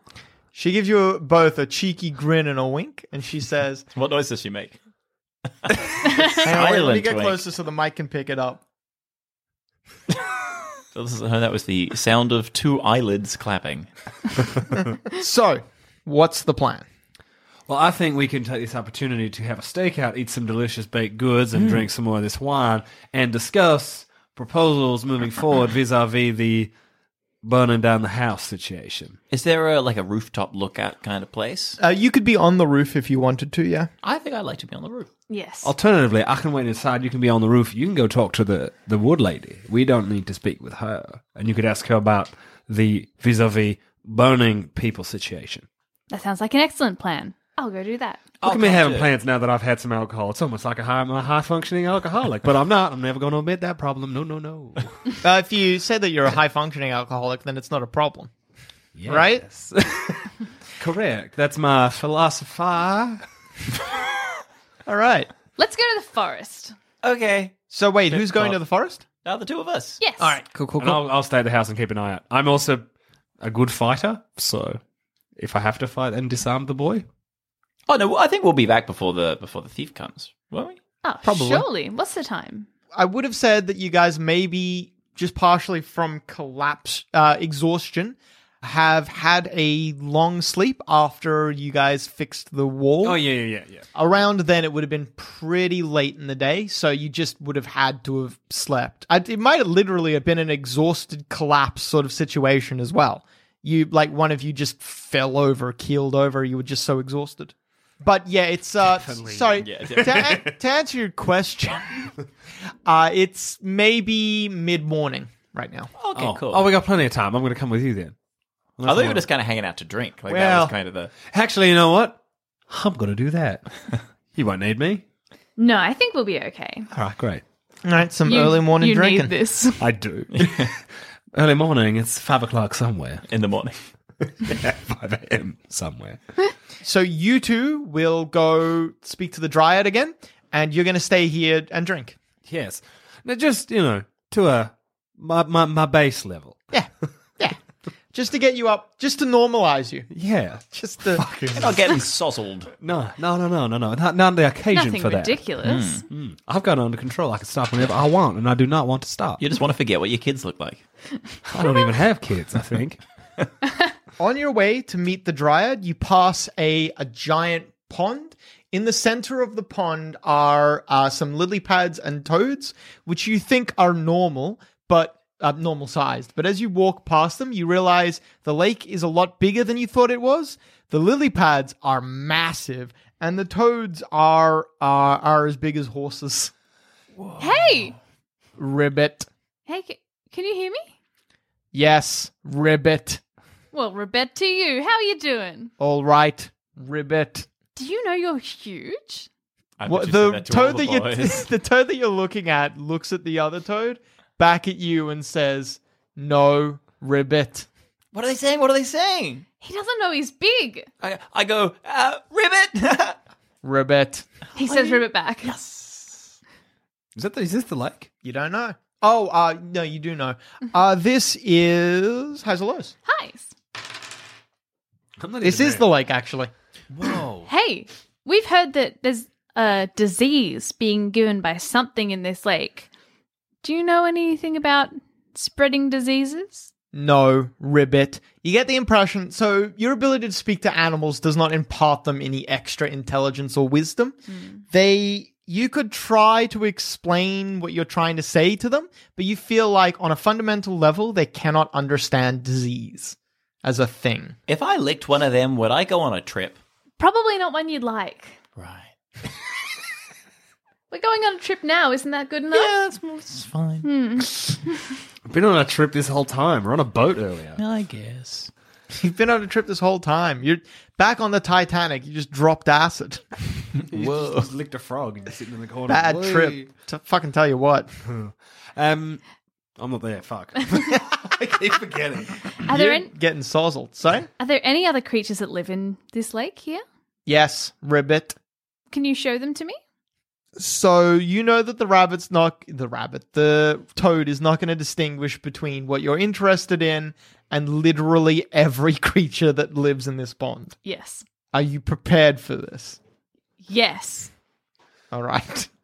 C: She gives you both a cheeky grin and a wink, and she says,
E: What noise does she make?
C: Hang on, wait, Let me
E: Silent
C: get
E: wink.
C: closer so the mic can pick it up.
E: So this is- oh, that was the sound of two eyelids clapping.
C: So, what's the plan?
G: Well, I think we can take this opportunity to have a stakeout, eat some delicious baked goods, and drink some more of this wine, and discuss proposals moving forward vis-a-vis the burning down the house situation.
E: Is there a like a rooftop lookout kind of place?
C: Uh, you could be on the roof if you wanted to, yeah.
E: I think I'd like to be on the roof.
F: yes.
G: Alternatively, I can wait inside. You can be on the roof. You can go talk to the the wood lady. We don't need to speak with her, and you could ask her about the vis-a-vis burning people situation.
F: That sounds like an excellent plan. I'll go do that.
G: Look at me
E: gotcha.
G: having plans now that I've had some alcohol. It's almost like a high, I'm a high functioning alcoholic, but I'm not. I'm never going to admit that problem. No, no, no.
C: Uh, if you say that you're a high functioning alcoholic, then it's not a problem, right?
G: Correct. That's my philosophy.
C: All right.
F: Let's go to the forest.
E: Okay.
C: So wait, who's going to the forest?
E: Now the two of us.
F: Yes.
C: All right, cool, cool,
G: And I'll, I'll stay at the house and keep an eye out. I'm also a good fighter, so if I have to fight and disarm the boy,
E: Oh no, I think we'll be back before the before the thief comes, won't we?
F: Oh,
C: Probably.
F: surely. What's the time?
C: I would have said that you guys maybe just partially from collapse, uh, exhaustion, have had a long sleep after you guys fixed the wall.
G: Oh yeah, yeah, yeah, yeah.
C: Around then, it would have been pretty late in the day, so you just would have had to have slept. I, it might have literally have been an exhausted collapse sort of situation as well. You like one of you just fell over, keeled over. You were just so exhausted. But yeah, it's uh, sorry. to, an- to answer your question, uh, it's maybe mid morning right now.
E: Okay,
G: oh.
E: cool.
G: Oh, we got plenty of time. I'm going to come with you then.
E: I thought we were just kind of hanging out to drink. Like that
G: Well-
E: was kind of the
G: Actually, you know what? I'm going to do that. you won't need me.
F: No, I think we'll be okay.
G: All right, great.
C: All right, some
F: You-
C: early morning
F: you Need
C: drinking.
F: this.
G: I do. Early morning. It's five o'clock somewhere.
E: in the morning.
G: Five a.m. somewhere.
C: So you two will go speak to the dryad again, and you're going to stay here and drink.
G: Yes. Now, just you know, to a my my, my base level.
C: Yeah, yeah. just to get you up, just to normalize you.
G: Yeah.
C: Just to.
E: You're not getting sozzled.
G: No, no, no, no, no, no. Not, not the occasion
F: Nothing
G: for that.
F: ridiculous.
G: Mm. I've got it under control. I can stop whenever I want, and I do not want to stop.
E: You just want to forget what your kids look like.
G: I don't even have kids. I think.
C: On your way to meet the dryad, you pass a, a giant pond. In the center of the pond are uh, some lily pads and toads, which you think are normal, but uh, normal sized. But as you walk past them, you realize the lake is a lot bigger than you thought it was. The lily pads are massive, and the toads are are, are as big as horses. Hmm.
F: Hey,
C: Ribbit.
F: hey, c- can you hear me?
C: Yes, ribbit.
F: Well, Rebet to you. How are you doing?
C: All right, ribbit.
F: Do you know you're huge?
E: I
C: What,
E: bet you said
C: the
E: that to all
C: toad
E: the
C: that you
E: boys.
C: the toad that you're looking at looks at the other toad back at you and says, "No, ribbit."
E: What are they saying? What are they saying?
F: He doesn't know he's big.
E: I, I go uh, ribbit.
C: Ribbit.
F: He says Ribbit back. Yes.
G: Is that the, is this the lake?
C: You don't know. Oh, uh, no, you do know. Uh, this is Hazelos.
F: Hi.
G: I'm not
C: This
G: even
C: is
G: there.
C: the lake, actually.
E: Whoa.
F: Hey, we've heard that there's a disease being given by something in this lake. Do you know anything about spreading diseases?
C: No, ribbit. You get the impression. So your ability to speak to animals does not impart them any extra intelligence or wisdom. They. You could try to explain what you're trying to say to them, but you feel like on a fundamental level, they cannot understand disease as a thing.
E: If I licked one of them, would I go on a trip?
F: Probably not one you'd like.
E: Right.
F: We're going on a trip now, isn't that good enough?
E: Yeah, it's, it's fine.
G: I've been on a trip this whole time. We're on a boat earlier.
E: I guess.
C: You've been on a trip this whole time. You're back on the Titanic. You just dropped acid.
G: Whoa. Just, licked a frog and sitting in the corner.
C: Bad trip. To fucking tell you what.
G: Um, I'm not there. Fuck. I keep forgetting.
F: Are there
C: You're
F: any,
C: getting sozzled. So,
F: are there any other creatures that live in this lake here?
C: yes, ribbit.
F: Can you show them to me?
C: So you know that the rabbit's not the rabbit, the toad is not going to distinguish between what you're interested in and literally every creature that lives in this pond.
F: Yes.
C: Are you prepared for this?
F: Yes.
C: All right.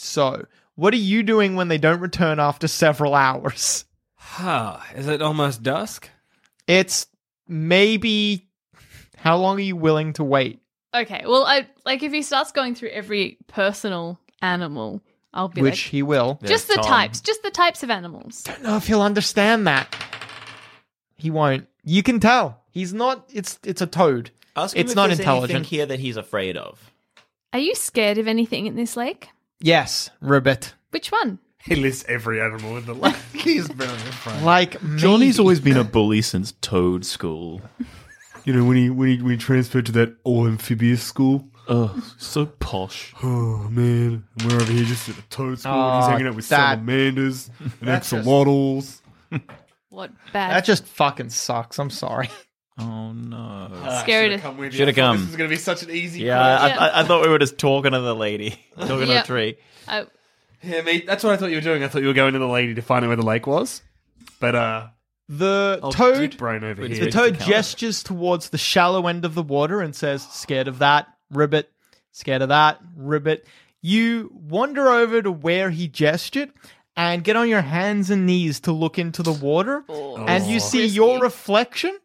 C: So, what are you doing when they don't return after several hours?
G: Huh. Is it almost dusk?
C: It's maybe how long are you willing to wait?
F: Okay. Well, I like if he starts going through every personal animal, I'll be
C: Which he will.
F: like, just the types, just the types of animals.
C: I don't know Oh, if he'll understand that. He won't. You can tell. He's not it's it's a toad.
E: Ask him
C: it's
E: if
C: not
E: there's
C: intelligent.
E: Anything here that he's afraid of.
F: Are you scared of anything in this lake?
C: Yes, ribbit.
F: Which one?
D: He lists every animal in the lake. He's very afraid.
C: Like
E: Johnny's
C: maybe.
E: always been a bully since Toad School.
G: you know, when he when he when he transferred to that all amphibious school.
E: Oh, so posh.
G: Oh man, and we're over here just at the toad school. and he's
C: Oh,
G: hanging out with
C: that-
G: salamanders and
C: That's just-
G: axolotls.
F: What bad?
C: That just fucking sucks. I'm sorry.
E: Oh no.
F: scared.
E: Should have come.
D: This is going to be such an easy.
E: Yeah, I, I, I thought we were just talking to the lady, talking to
F: Yeah.
E: a tree.
F: I,
D: Yeah, mate, that's what I thought you were doing. I thought you were going to the lady to find out where the lake was. But uh,
C: The toad
D: deep brain over
C: The
D: here.
C: toad gestures towards the shallow end of the water and says, Scared of that, ribbit. Scared of that, ribbit. You wander over to where he gestured and get on your hands and knees to look into the water. and
G: Oh.
C: you see
F: Risky.
C: your reflection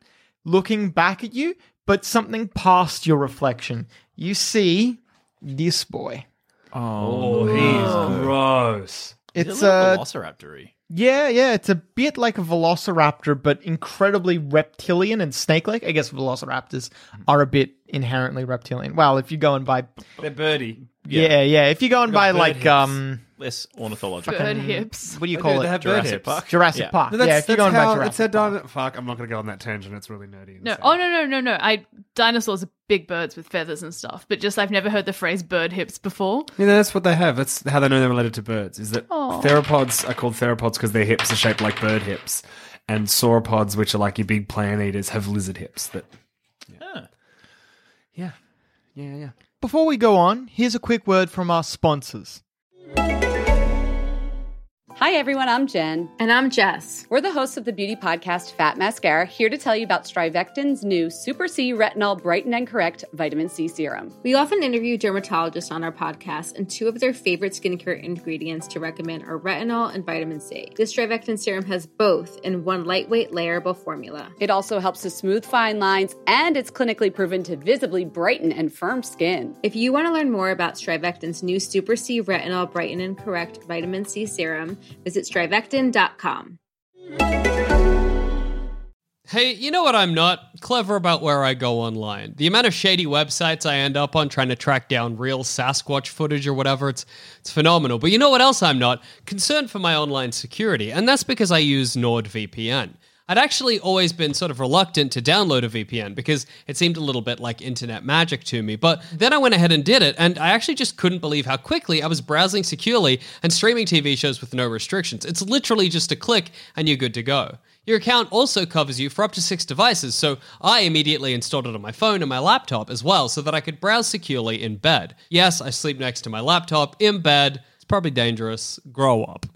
C: looking back at you, but something past your reflection. You see this boy.
G: Oh, he's gross.
C: It's
E: a
C: a
E: velociraptor
C: Yeah, yeah, it's a bit like a velociraptor, but incredibly reptilian and snake like. I guess velociraptors are a bit inherently reptilian. Well, if you go and by
G: They're birdie.
C: yeah, yeah, if you go and by
G: bird
C: like
G: hips.
C: um,
E: Less ornithological.
F: bird hips.
C: what do you
G: They
C: call
G: have
C: it?
G: bird
E: Jurassic
G: hips.
E: Park.
C: Jurassic
E: Yeah.
C: Park.
G: No, that's,
C: yeah, if
G: that's
C: you're going
G: how, uh,
C: by
G: that's how
C: Jurassic.
G: dino- Fuck, I'm not going to go on that tangent. It's really nerdy. and
F: No,
G: sad.
F: oh no, no, no, no. I dinosaurs are big birds with feathers and stuff, but just I've never heard the phrase bird hips before.
G: Yeah, that's what they have. That's how they know they're related to birds. Is that
F: Aw.
G: theropods are called theropods because their hips are shaped like bird hips, and sauropods, which are like your big plant eaters, have lizard hips. That yeah, yeah, yeah. yeah.
C: Before we go on, here's a quick word from our sponsors.
H: Hi, everyone. I'm Jen.
F: And I'm Jess.
H: We're the hosts of the beauty podcast Fat Mascara, here to tell you about Strivectin's new Super C Retinol Brighten and Correct Vitamin C Serum.
I: We often interview dermatologists on our podcast, and two of their favorite skincare ingredients to recommend are retinol and vitamin C. This Strivectin serum has both in one lightweight, layerable formula.
H: It also helps to smooth fine lines, and it's clinically proven to visibly brighten and firm skin.
I: If you want to learn more about Strivectin's new Super C Retinol Brighten and Correct Vitamin C Serum, visit strivectin.com.
J: Hey, you know what I'm not? Clever about where I go online. The amount of shady websites I end up on trying to track down real Sasquatch footage or whatever, it's it's phenomenal. But you know what else I'm not? Concerned for my online security, and that's because I use NordVPN. I'd actually always been sort of reluctant to download a VPN because it seemed a little bit like internet magic to me. But then I went ahead and did it, and I actually just couldn't believe how quickly I was browsing securely and streaming TV shows with no restrictions. It's literally just a click, and you're good to go. Your account also covers you for up to six devices, so I immediately installed it on my phone and my laptop as well so that I could browse securely in bed. Yes, I sleep next to my laptop in bed. It's probably dangerous. Grow up.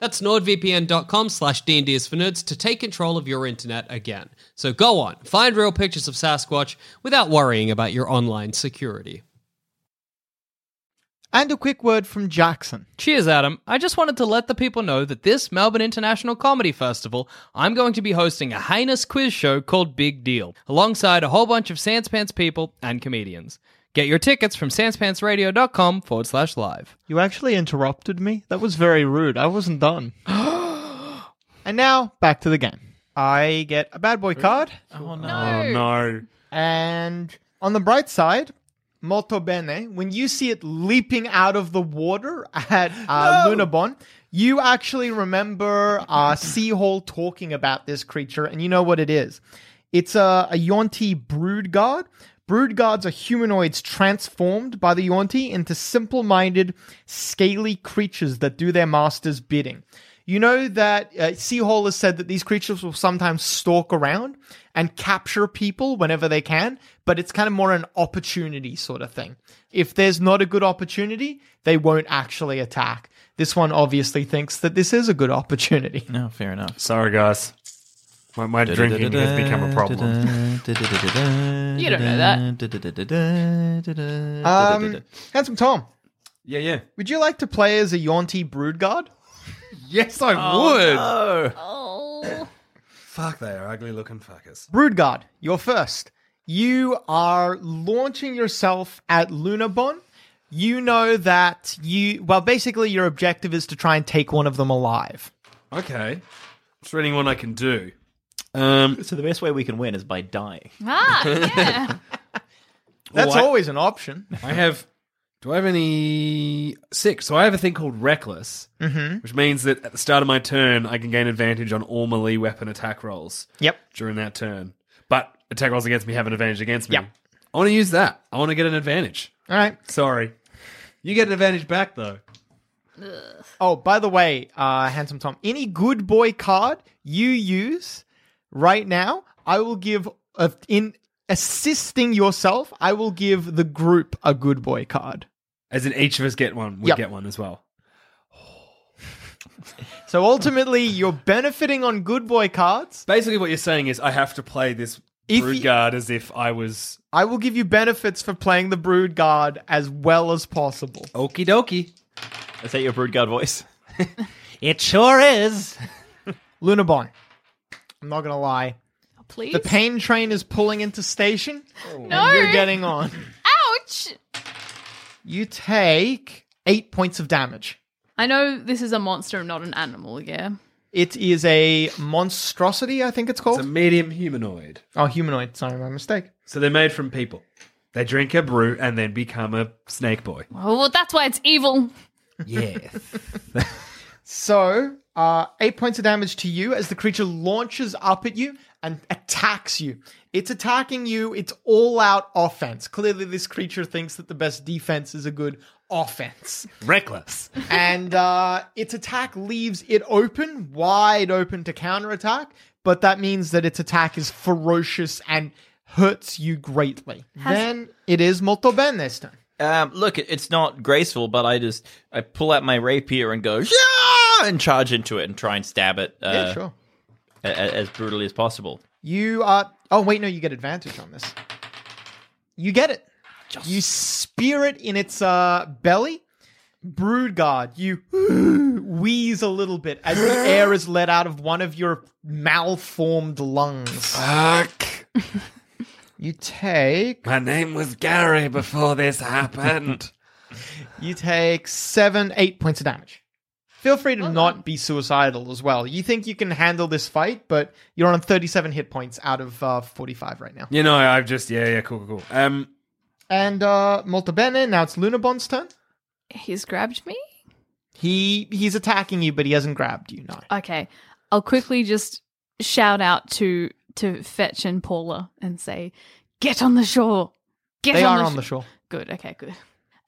J: That's nordvpn.com slash D&D is for nerds to take control of your internet again. So go on, find real pictures of Sasquatch without worrying about your online security.
C: And a quick word from Jackson.
B: Cheers, Adam. I just wanted to let the people know that this Melbourne International Comedy Festival, I'm going to be hosting a heinous quiz show called Big Deal, alongside a whole bunch of Sanspants people and comedians. Get your tickets from sanspantsradio.com forward slash live.
C: You actually interrupted me? That was very rude. I wasn't done. and now, back to the game. I get a bad boy card.
E: Oh no.
G: Oh no,
C: And on the bright side, molto bene, when you see it leaping out of the water at uh, Lunabon, you actually remember uh, Sea Hall talking about this creature, and you know what it is. It's a, a Yonti brood guard. Brood guards are humanoids transformed by the Yonti into simple minded, scaly creatures that do their master's bidding. You know that uh, Seahole has said that these creatures will sometimes stalk around and capture people whenever they can, but it's kind of more an opportunity sort of thing. If there's not a good opportunity, they won't actually attack. This one obviously thinks that this is a good opportunity.
E: No, fair enough.
G: sorry guys, my, my drinking has become a problem.
F: You don't know that.
E: that.
C: Um, Handsome Tom,
G: Yeah, yeah.
C: would you like to play as a Yonti Broodguard?
D: yes, I would.
F: Oh.
G: Fuck, they are ugly looking fuckers.
C: Broodguard, you're first. You are launching yourself at Lunabon. You know that you, well, basically, your objective is to try and take one of them alive.
G: Okay. It's really one I can do. Um,
E: so the best way we can win is by dying.
F: Ah, yeah.
C: That's
G: Well, I-
C: always an option.
G: I have. Do I have any six? So I have a thing called reckless,
C: Mhm.
G: which means that at the start of my turn, I can gain advantage on all melee weapon attack rolls.
C: Yep.
G: During that turn, but attack rolls against me have an advantage against me.
C: Yep.
G: I want to use that. I want to get an advantage.
C: All right.
G: Sorry, you get an advantage back though.
C: Oh, by the way, uh, Handsome Tom, any good boy card you use right now, I will give a, in assisting yourself. I will give the group a good boy card.
G: As in, each of us get one. We
C: Yep.
G: get one as well.
C: So ultimately, you're benefiting on good boy cards.
G: Basically, what you're saying is I have to play this
C: If
G: brood
C: you-
G: guard as if I was
C: I will give you benefits for playing the Brood Guard as well as possible.
G: okie dokie.
E: Is that your brood guard voice?
G: It sure is.
C: Lunabon, I'm not gonna lie,
F: Please.
C: the pain train is pulling into station,
F: no.
C: and you're getting on.
F: Ouch.
C: You take eight points of damage.
F: I know this is a monster, not an animal. Yeah.
C: It is a monstrosity, I think it's called.
G: It's a medium humanoid.
C: Oh, humanoid. Sorry, my mistake.
G: So they're made from people. They drink a brew and then become a snake boy.
F: Oh, well, that's why it's evil.
G: Yes.
C: So, uh, eight points of damage to you as the creature launches up at you and attacks you. It's attacking you. It's all out offense. Clearly, this creature thinks that the best defense is a good offense.
G: Reckless.
C: and uh, its attack leaves it open, wide open to counterattack, but that means that its attack is ferocious and hurts you greatly. then it is Molto Ben this time.
E: Um, look, it- it's not graceful, but I just I pull out my rapier and go yeah, and charge into it and try and stab it. Uh,
C: yeah, sure.
E: a- a- as brutally as possible.
C: You are. Oh wait, no, you get advantage on this. You get it. You spear it in its uh, belly. Brood guard, you wheeze a little bit as the air is let out of one of your malformed lungs.
D: Fuck.
C: You take
D: My name was Gary before this happened.
C: you take seven, eight points of damage. Feel free to not be suicidal as well. You think you can handle this fight, but you're on 37 hit points out of uh, 45 right now.
G: you know, I've just yeah, yeah, cool, cool, cool. Um
C: And uh, Molto Bene, now it's Lunabon's turn.
F: He's grabbed me.
C: He he's attacking you, but he hasn't grabbed you. No.
F: Okay. I'll quickly just shout out to to Fetch and Paula and say, "Get on the shore. Get
C: they
F: on,
C: are
F: the
C: on the shore.
F: Good. Okay. Good.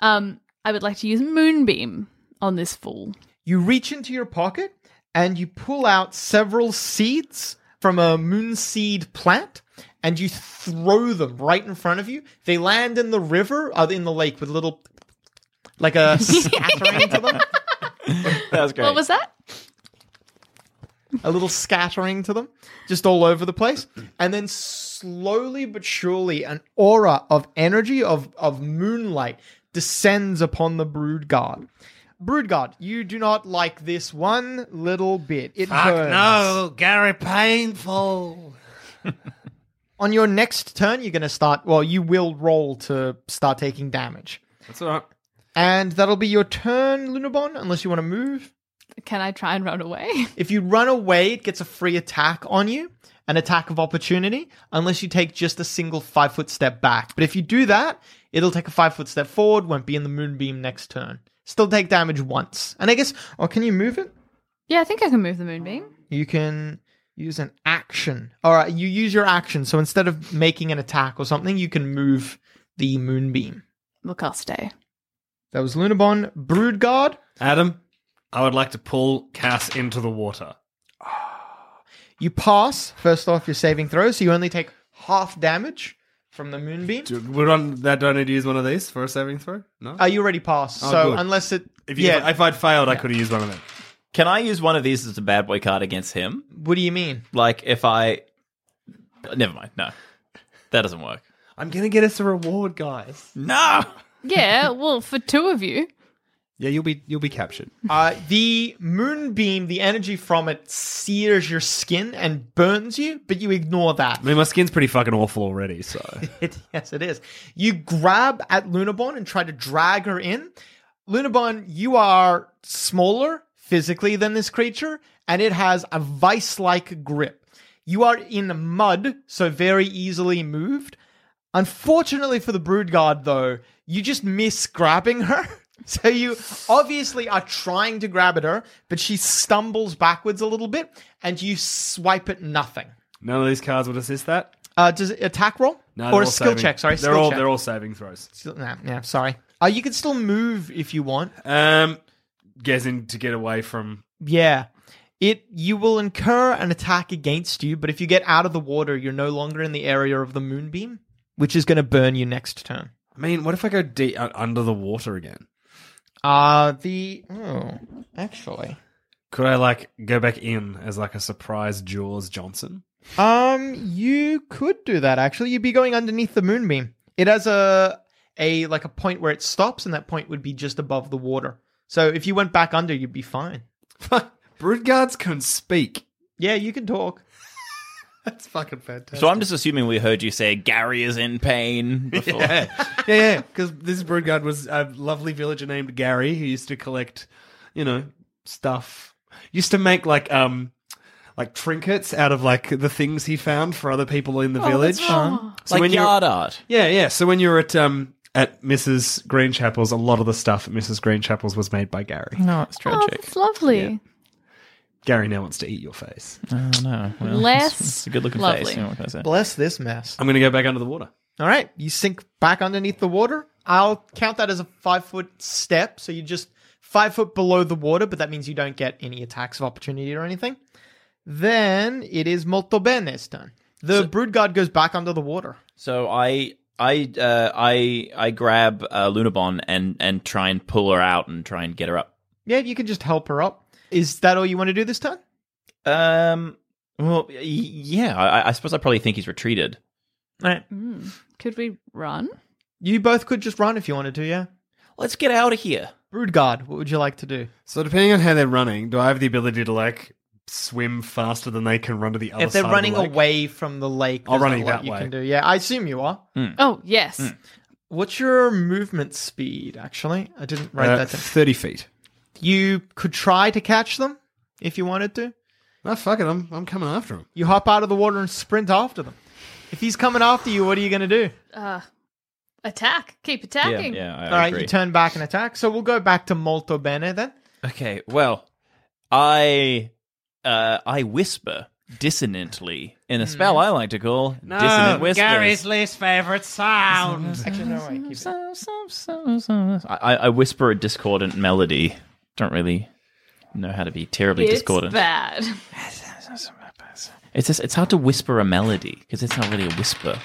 F: Um, I would like to use Moonbeam on this fool.
C: You reach into your pocket and you pull out several seeds from a moonseed plant and you throw them right in front of you. They land in the river, uh, in the lake with little like a scattering to them.
E: That was great.
F: What was that?
C: a little scattering to them, just all over the place. And then slowly but surely, an aura of energy, of, of moonlight, descends upon the Brood Guard. Brood Guard, you do not like this one little bit. It
D: Fuck
C: burns.
D: no, Gary, painful.
C: On your next turn, you're going to start, well, you will roll to start taking damage.
G: That's all right.
C: And that'll be your turn, Lunabon, unless you want to move.
F: Can I try and run away?
C: If you run away, it gets a free attack on you, an attack of opportunity, unless you take just a single five foot step back. But if you do that, it'll take a five foot step forward, won't be in the moonbeam next turn. Still take damage once. And I guess, oh, can you move it?
F: yeah, I think I can move the Moonbeam.
C: You can use an action. All right, you use your action. So instead of making an attack or something, you can move the moonbeam.
F: Look, I'll stay.
C: That was Lunabon Broodguard.
G: Adam, I would like to pull Cass into the water.
C: You pass, first off, your saving throw, so you only take half damage from the moonbeam.
G: Do, would on that do I need to use one of these for a saving throw? No.
C: Uh, you already passed.
G: Oh,
C: so
G: good.
C: unless it,
G: if you,
C: yeah.
G: if I'd failed, I could have used one of them.
E: Can I use one of these as a bad boy card against him?
C: what do you mean?
E: Like if I, never mind. No, that doesn't work.
G: I'm gonna get us a reward, guys.
E: No.
F: Yeah, well, for two of you.
G: Yeah, you'll be you'll be captured.
C: Uh, the moonbeam, the energy from it sears your skin and burns you, but you ignore that.
G: I mean, my skin's pretty fucking awful already, so
C: It, yes, it is. You grab at Lunaborn and try to drag her in. Lunaborn, you are smaller physically than this creature, and it has a vice like grip. You are in mud, so very easily moved. Unfortunately for the Broodguard, though, you just miss grabbing her. So you obviously are trying to grab at her, but she stumbles backwards a little bit, and you swipe at nothing.
G: none of these cards would assist that.
C: Uh, does it attack roll?
G: No, they're
C: or a
G: all
C: skill
G: saving-
C: check, sorry.
G: they're
C: skill
G: all
C: check.
G: they're all saving throws.
C: Still, nah, yeah, sorry. Uh, you can still move if you want.
G: Um, guessing to get away from.
C: Yeah. It you will incur an attack against you, but if you get out of the water, you're no longer in the area of the moonbeam, which is going to burn you next turn.
G: I mean, what if I go deep uh, under the water again?
C: Uh the oh, actually.
G: Could I like go back in as like a surprise Jaws Johnson?
C: Um you could do that actually. You'd be going underneath the moonbeam. It has a a like a point where it stops and that point would be just above the water. So if you went back under, you'd be fine.
G: Broodguards can speak.
C: Yeah, you can talk.
D: That's fucking fantastic.
E: So I'm just assuming we heard you say Gary is in pain before.
D: Yeah, yeah, yeah. Because this Broodguard was a lovely villager named Gary who used to collect, you know, stuff.
G: Used to make like um like trinkets out of like the things he found for other people in the
C: Oh,
G: village. So
E: Like
G: when you're-
E: yard art.
G: Yeah, yeah. So when you were at um at Mrs. Greenchapel's, a lot of the stuff at Mrs. Greenchapel's was made by Gary.
E: No, it's
F: Oh, that's lovely.
G: Gary now wants to eat your face.
E: Oh no. Well,
F: Less
E: it's, it's a good looking
F: lovely.
E: face. You know what can I say?
C: Bless this mess.
G: I'm gonna go back under the water.
C: All right, you sink back underneath the water. I'll count that as a five foot step, so you just five foot below the water, but that means you don't get any attacks of opportunity or anything. Then it is molto bene's turn. The broodguard goes back under the water.
E: So I I uh, I I grab uh, Lunabon and and try and pull her out and try and get her up.
C: Yeah, you can just help her up. Is that all you want to do this turn?
E: Um. Well, y- yeah. I, I suppose I probably think he's retreated.
F: Could we run?
C: You both could just run if you wanted to. Yeah,
E: Let's get out of here.
C: broodguard. What would you like to do?
G: So depending on how they're running, do I have the ability to like swim faster than they can run to the other
C: if they're
G: side of the
C: running
G: lake?
C: away from the lake,
G: I'll
C: there's
G: run
C: not
G: it
C: a lot
G: that
C: you
G: way.
C: can do. Yeah, I assume you are.
E: Hmm.
F: Oh, yes.
C: What's your movement speed? Actually, I didn't write
G: Uh,
C: that down.
G: thirty feet.
C: You could try to catch them if you wanted to.
G: No, fuck it. I'm I'm coming after him.
C: You hop out of the water and sprint after them. If he's coming after you, what are you going to do?
F: Uh, attack. Keep attacking.
E: Yeah. I
C: All right,
E: agree.
C: you turn back and attack. So we'll go back to Molto Bene then.
E: okay. Well, I uh I whisper dissonantly in a spell I like to call
G: Oh,
E: dissonant whispers.
D: least favorite sound.
C: Actually, no, wait, keep it.
E: I, I I whisper a discordant melody. Don't really know how to be terribly
F: It's
E: discordant.
F: bad.
E: It's just, it's hard to whisper a melody because it's not really a whisper.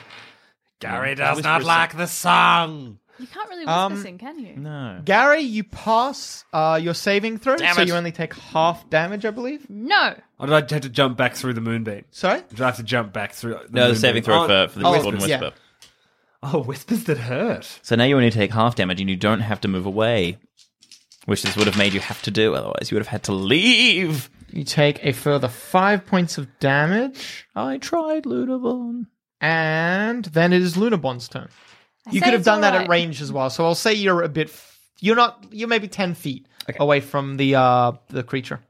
D: Gary
E: Whisper
D: does not like the song.
F: You can't really
C: Um,
F: whisper sing, can you?
E: No.
C: Gary, you pass uh, your saving throw,
E: Damn
C: so
E: it.
C: you only take half damage, I believe.
F: No.
G: Or did I have to jump back through the moonbeam?
C: Sorry?
G: Did I have to jump back through? The
E: No, the
G: moonbeam?
E: saving throw
G: oh,
E: for, for the
C: oh,
E: discordant
C: yeah.
E: whisper.
G: Oh, whispers that hurt.
E: So now you only take half damage and you don't have to move away, which this would have made you have to do. Otherwise, you would have had to leave.
C: You take a further five points of damage,
E: I tried, Lunabon.
C: and then it is Lunabon's turn. you
F: say
C: could have
F: it's
C: done that at
F: alright.
C: range as well. So I'll say you're a bit. F- you're not. You're maybe ten feet away from the uh, the creature.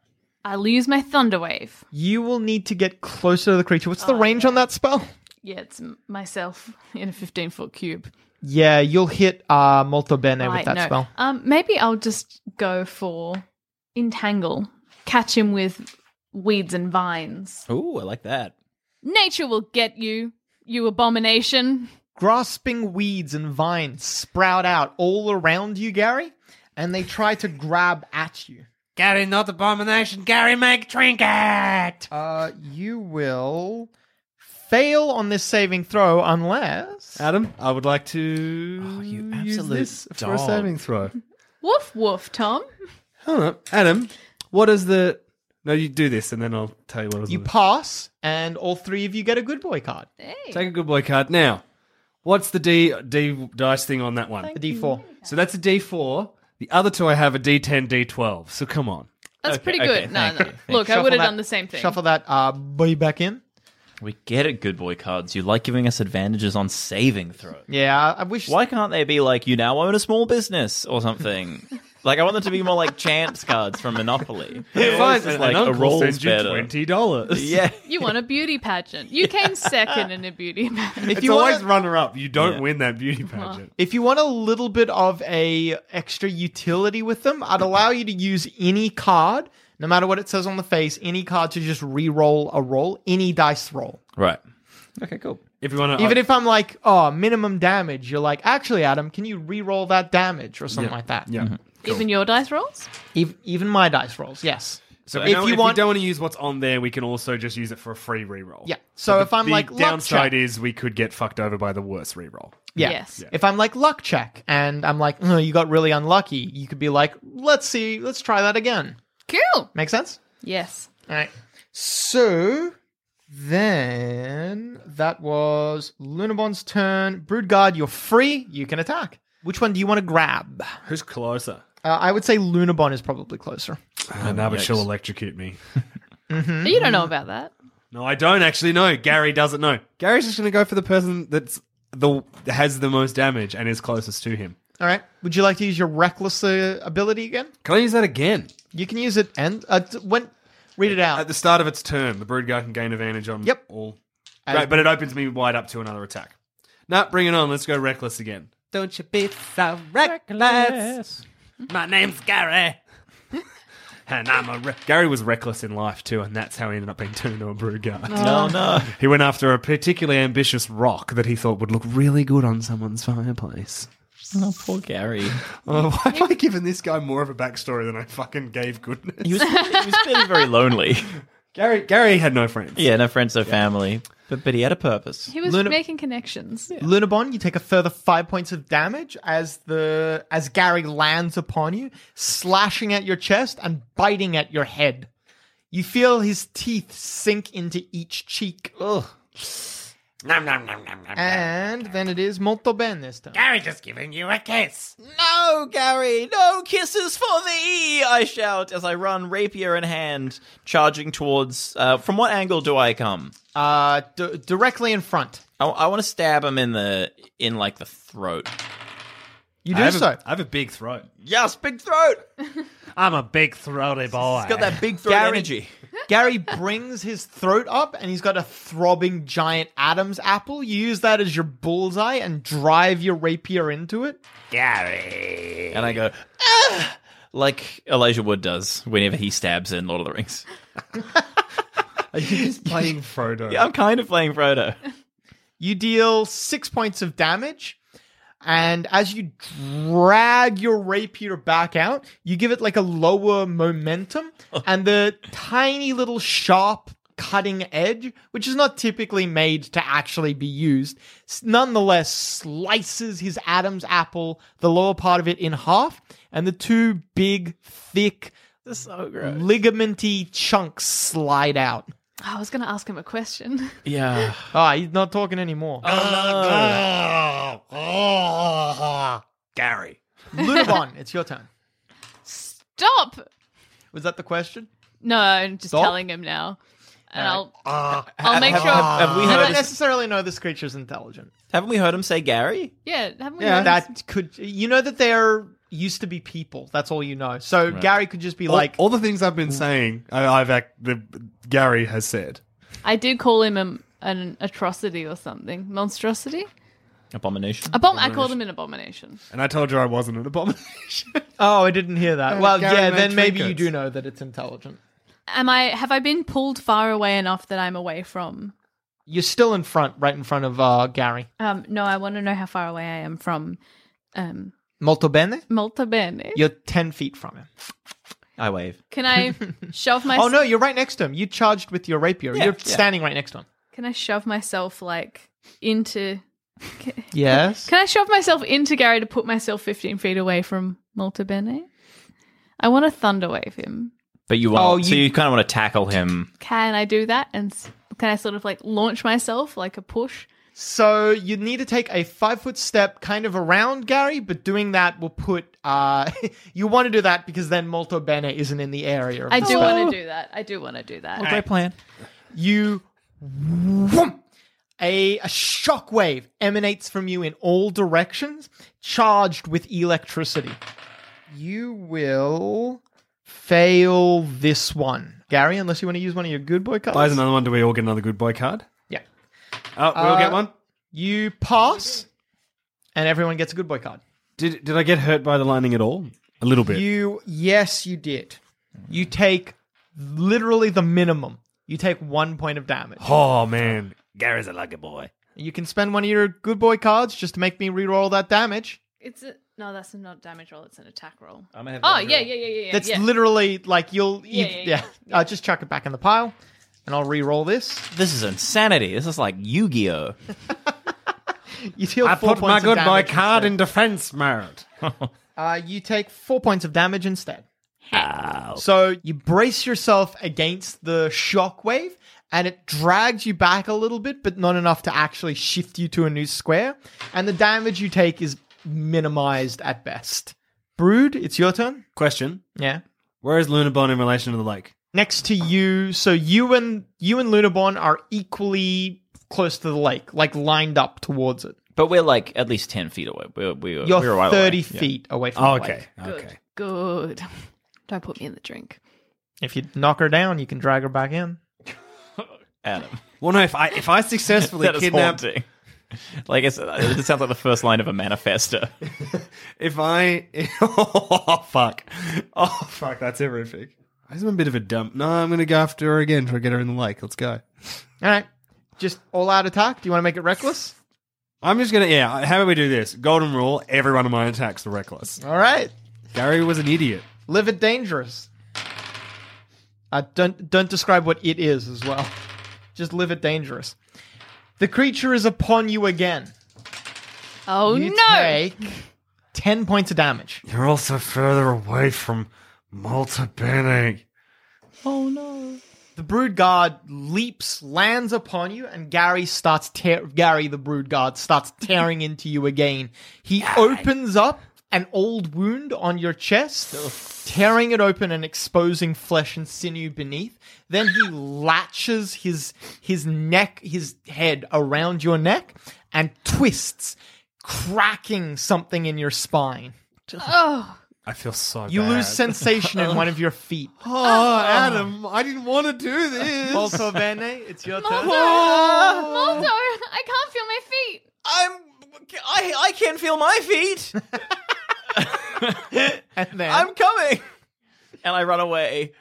F: I'll use my thunder wave.
C: You will need to get closer to the creature. What's the
F: Oh,
C: range on that spell?
F: Yeah, it's m- myself in a 15 foot cube.
C: Yeah, you'll hit uh, Molto Bene
F: Right,
C: with that
F: no.
C: spell.
F: Um, maybe I'll just go for entangle, catch him with weeds and vines.
E: Ooh, I like that.
F: Nature will get you, you abomination.
C: Grasping weeds and vines sprout out all around you, Gary, and they try to grab at you.
D: Gary, not abomination. Gary, make trinket.
C: Uh, you will fail on this saving throw unless.
G: Adam, I would like to
E: Oh, you
G: use
E: absolute
G: this for a
E: dog.
G: saving throw.
F: Woof woof, Tom.
G: Hold on, Adam. What is the? No, you do this, and then I'll tell you what is
C: You
G: it.
C: pass, and all three of you get a good boy card.
G: Take a good boy card now. What's the D D dice thing on that one?
C: A d4.
G: So that's a D four. The other two I have are D10, D12. So come on.
F: That's pretty good. no, no. Look, I
C: Shuffle
F: would have
C: that-
F: done the same thing.
C: Shuffle that uh, buddy back in.
E: We get it, good boy cards. You like giving us advantages on saving throws.
C: Yeah, I- I wish.
E: Why can't they be like, you now own a small business or something? like, I want them to be more like chance cards from Monopoly. It's
G: Fine,
E: just
G: an
E: like a
G: uncle
E: roll's
G: sends you
E: better.
G: $20.
E: Yeah.
F: You want a beauty pageant. You came second in a beauty pageant.
C: If
G: It's
C: you
G: always
C: wanna-
G: runner up. Oh, You don't win that beauty pageant.
C: If you want a little bit of a extra utility with them, I'd allow you to use any card, no matter what it says on the face, any card to just re-roll a roll, any dice roll.
E: Right. Okay, cool.
G: If you want to.
C: Even if I'm like, oh, minimum damage, you're like, actually, Adam, can you re-roll that damage or something like that?
G: Yeah.
F: Even your dice rolls?
C: Even, even my dice rolls, yes.
G: So
C: if you want,
G: we don't want to use what's on there, we can also just use it for a free reroll.
C: yeah. So if I'm
G: the
C: like luck
G: downside
C: check,
G: is we could get fucked over by the worst reroll.
C: yeah.
F: Yes.
C: If I'm like luck check, and I'm like, oh, you got really unlucky, you could be like, let's see, let's try that again.
F: Cool.
C: Make sense?
F: Yes.
C: All right. So then that was Lunabon's turn. Broodguard, you're free. You can attack. Which one do you want to grab?
G: Who's closer?
C: Uh, I would say Lunabon is probably closer.
G: no, but she'll electrocute me.
F: You
C: Mm-hmm.
F: don't know about that.
G: No, I don't actually know. Gary doesn't know. Gary's just going to go for the person that's the has the most damage and is closest to him.
C: All right. Would you like to use your reckless uh, ability again?
G: Can I use that again?
C: You can use it and uh, t- when read it
G: Uh, At
C: out.
G: the start of its turn, the brood guy can gain advantage on
C: Yep.
G: all.
C: As-
G: Right, but it opens me wide up to another attack. Nah, bring it on. Let's go reckless again. Don't you be so reckless. My name's Gary. and I'm a. Re- Gary was reckless in life too, and that's how he ended up being turned into a brood guy.
E: No, no.
G: He went after a particularly ambitious rock that he thought would look really good on someone's fireplace.
E: Oh, poor Gary.
G: Oh, why have I given this guy more of a backstory than I fucking gave goodness?
E: He was, he was clearly very lonely.
G: Gary Gary had no friends.
E: Yeah, no friends, no family. But, but he had a purpose.
F: He was
C: Luna-
F: making connections.
C: Lunabon, you take a further five points of damage as the as Gary lands upon you, slashing at your chest and biting at your head. You feel his teeth sink into each cheek. Ugh.
D: Nom, nom, nom, nom, nom, nom.
C: And then it is Molto Ben this time.
D: Gary just giving you a kiss.
E: No, Gary, no kisses for thee! I shout as I run, rapier in hand, charging towards. Uh, from what angle do I come?
C: Uh, d- directly in front.
E: I, want to stab him in the in like the throat.
C: You
G: I
C: do
G: have, a-
C: so.
G: I have a big throat.
E: Yes, big throat.
D: I'm a big throaty boy.
E: Got that big throat
C: Gary-
E: energy.
C: Gary brings his throat up and he's got a throbbing giant Adam's apple. You use that as your bullseye and drive your rapier into it.
D: Gary.
E: And I go, "Ah!" like Elijah Wood does whenever he stabs in Lord of the Rings.
G: Are you just playing Frodo?
E: Yeah, I'm kind of playing Frodo.
C: You deal six points of damage. And as you drag your rapier back out, you give it like a lower momentum. And the tiny little sharp cutting edge, which is not typically made to actually be used, s- nonetheless slices his Adam's apple, the lower part of it, in half. And the two big, thick,
E: so
C: ligamenty chunks slide out.
F: Oh, I was going to ask him a question.
E: Yeah.
C: Ah, he's not talking anymore.
D: Oh, oh, Gary.
C: Lunabon, it's your turn.
F: Stop!
C: Was that the question?
F: No, I'm just
C: Stop.
F: telling him now. And I'll,
D: Oh,
F: I'll make
E: have,
F: sure.
E: Have, we
C: You don't
E: heard? His,
C: Uh, necessarily know this creature's intelligent.
E: haven't we heard him say Gary?
F: yeah, haven't we noticed?
C: That could you know that there used to be people. That's all you know. So Gary could just be
G: all,
C: like,
G: all the things I've been saying, I, I've act, the, Gary has said.
F: I did call him an, an atrocity or something. Monstrosity?
E: Abomination.
F: Abom- I called him an abomination.
G: And I told you I wasn't an abomination.
C: "Oh, I didn't hear that."
G: Uh,
C: well,
G: Gary
C: yeah,
G: made
C: then maybe you
G: trinkets.
C: do know that it's intelligent.
F: Am I? Have I been pulled far away enough that I'm away from?
C: You're still in front, right in front of uh, Gary.
F: Um, no, I want to know how far away I am from. Um,
C: Molto bene.
F: Molto bene.
C: You're ten feet from him.
E: I wave.
F: Can I shove my?
C: Oh no, you're right next to him. You charged with your rapier.
E: Yeah,
C: you're
E: yeah.
C: standing right next to him.
F: Can I shove myself like into?
C: Yes.
F: Can I shove myself into Gary to put myself 15 feet away from Molto bene? I want to thunder wave him.
E: But you want.
C: Oh,
E: so
C: you-
E: you kind of want to tackle him.
F: Can I do that? And s- can I sort of like launch myself like a push?
C: So you need to take a five foot step kind of around Gary, but doing that will put. Uh, you want to do that because then Molto Bene isn't in the area. Of
F: I
C: the
F: do
C: spell.
F: want to do that. I do want to do that.
E: plan.
C: You. whoom, a, a shockwave emanates from you in all directions, charged with electricity. You will fail this one. Gary, unless you want to use one of your good boy cards.
G: Buys another one. Do we all get another good boy card?
C: Yeah.
G: Oh, we all
C: Uh,
G: get one.
C: You pass, and everyone gets a good boy card.
G: Did Did I get hurt by the lightning at all? A little bit.
C: You yes, you did. You take literally the minimum. You take one point of damage.
G: oh man,
E: Gary's a lucky boy.
C: You can spend one of your good boy cards just to make me reroll that damage.
F: It's a, no, that's not a damage roll. It's an attack roll.
E: I'm gonna have
F: oh yeah, yeah, yeah, yeah, yeah.
C: That's
F: yeah.
C: literally like you'll
F: Yeah,
C: eat-
F: yeah,
C: Uh, just chuck it back in the pile, and I'll re-roll this.
E: This is insanity. This is like Yu Gi Oh.
C: You deal
G: I
C: four
G: put my
C: points of
G: good boy
C: damage
G: card
C: instead.
G: in defense mode.
C: Uh, you take four points of damage instead. So you brace yourself against the shockwave, and it drags you back a little bit, but not enough to actually shift you to a new square. And the damage you take is minimized at best. Brood, it's your turn.
G: Question:
C: Yeah.
G: Where is Lunabon in relation to the lake?
C: Next to you, so you and you and Lunabon are equally close to the lake, like lined up towards it.
E: But we're like at least ten feet away. We're, we were,
C: You're
E: we were a while
C: thirty
E: away. Yeah.
C: feet away from the lake.
F: Good. Good. Don't put me in the drink.
C: If you knock her down, you can drag her back in.
E: Adam.
G: Well, no. If I if I successfully
E: That is
G: kidnap
E: haunting. Like it's, it sounds like the first line of a manifesto.
G: If I oh fuck, oh fuck, that's horrific. I'm a bit of a dump. No, I'm gonna go after her again. Try to get her in the lake. Let's go.
C: All right. Just all out attack. Do you want to make it reckless?
G: I'm just gonna yeah. How do we do this? Golden rule: every one of my attacks are reckless.
C: All right.
G: Gary was an idiot.
C: Live it dangerous. Uh, don't don't describe what it is as well. Just live it dangerous. The creature is upon you again.
F: Oh
C: you
F: no!
C: take ten points of damage.
G: You're also further away from Malta Bene.
F: Oh no!
C: The brood guard leaps, lands upon you, and Gary starts tear. Gary the brood guard starts tearing into you again. He opens up an old wound on your chest, tearing it open and exposing flesh and sinew beneath. Then he latches his his neck, his head around your neck, and twists, cracking something in your spine.
F: Oh,
G: I feel so.
C: You
G: bad.
C: lose sensation in one of your feet.
G: Oh, Adam, I didn't want to do this.
C: Also, Bene, it's your turn.
F: Maldo! Maldo! I can't feel my feet.
E: I'm. I I can't feel my feet.
C: And then
E: coming. And I run away.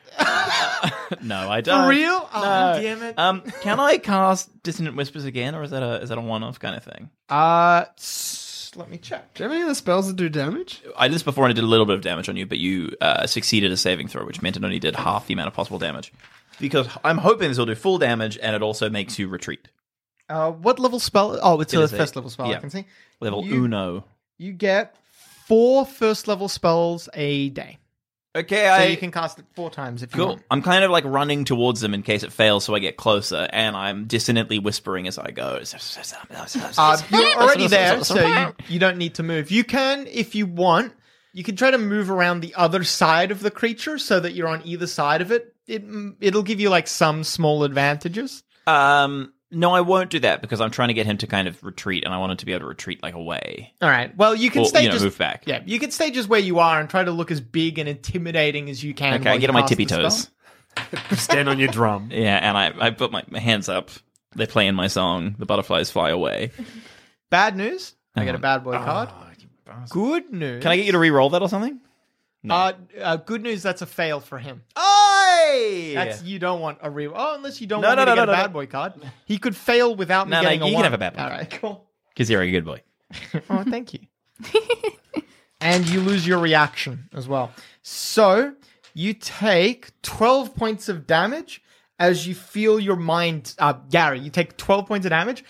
E: no, I don't.
C: For real? Oh,
E: No.
C: damn it.
E: Um, can I cast Dissonant Whispers again, or is that a is that a one off kind of thing?
C: Uh, s- let me check.
G: Do you have any other spells that do damage?
E: I did this before and I did a little bit of damage on you, but you uh, succeeded a saving throw, which meant it only did half the amount of possible damage. Because I'm hoping this will do full damage, and it also makes you retreat.
C: Uh, what level spell? Oh, it's
E: It
C: a
E: is a-
C: first level spell.
E: yeah.
C: I can see.
E: Level
C: You-
E: uno.
C: You get four first level spells a day,
E: Okay, I
C: so you can cast it four times if you
E: cool.
C: want.
E: I'm kind of like running towards them in case it fails, so I get closer, and I'm dissonantly whispering as I go.
C: Uh, you're already there, so you, you don't need to move. You can, if you want, you can try to move around the other side of the creature so that you're on either side of it. It mm, it'll give you like some small advantages.
E: Um, no, I won't do that because I'm trying to get him to kind of retreat, and I wanted to be able to retreat like away.
C: All right. Well, you can
E: Well,
C: stay
E: you know,
C: just
E: move back.
C: Yeah, you can stay just where you are and try to look as big and intimidating as you can.
E: okay,
C: while
E: I
C: you
E: get on my
C: cast
E: tippy
C: the spell.
E: toes.
G: Stand on your drum.
E: Yeah, and I, I put my, my hands up. They're playing my song, The Butterflies Fly Away.
C: Bad news. I get a
E: Oh.
C: bad boy card. Good news.
E: Can I get you to re-roll that or something?
C: Uh, uh, good news. That's a fail for him.
E: Oi!
C: That's you don't want a re. Oh, unless you don't
E: No,
C: want
E: no,
C: me to
E: no,
C: get
E: no,
C: a
E: no.
C: bad boy card. He could fail without me
E: No, no,
C: getting a
E: you can
C: one.
E: have a bad boy
C: All
E: card.
C: right, cool.
E: Because you're a good boy.
C: Oh, thank you. and you lose your reaction as well. So you take 12 points of damage as you feel your mind, uh, Gary, you take 12 points of damage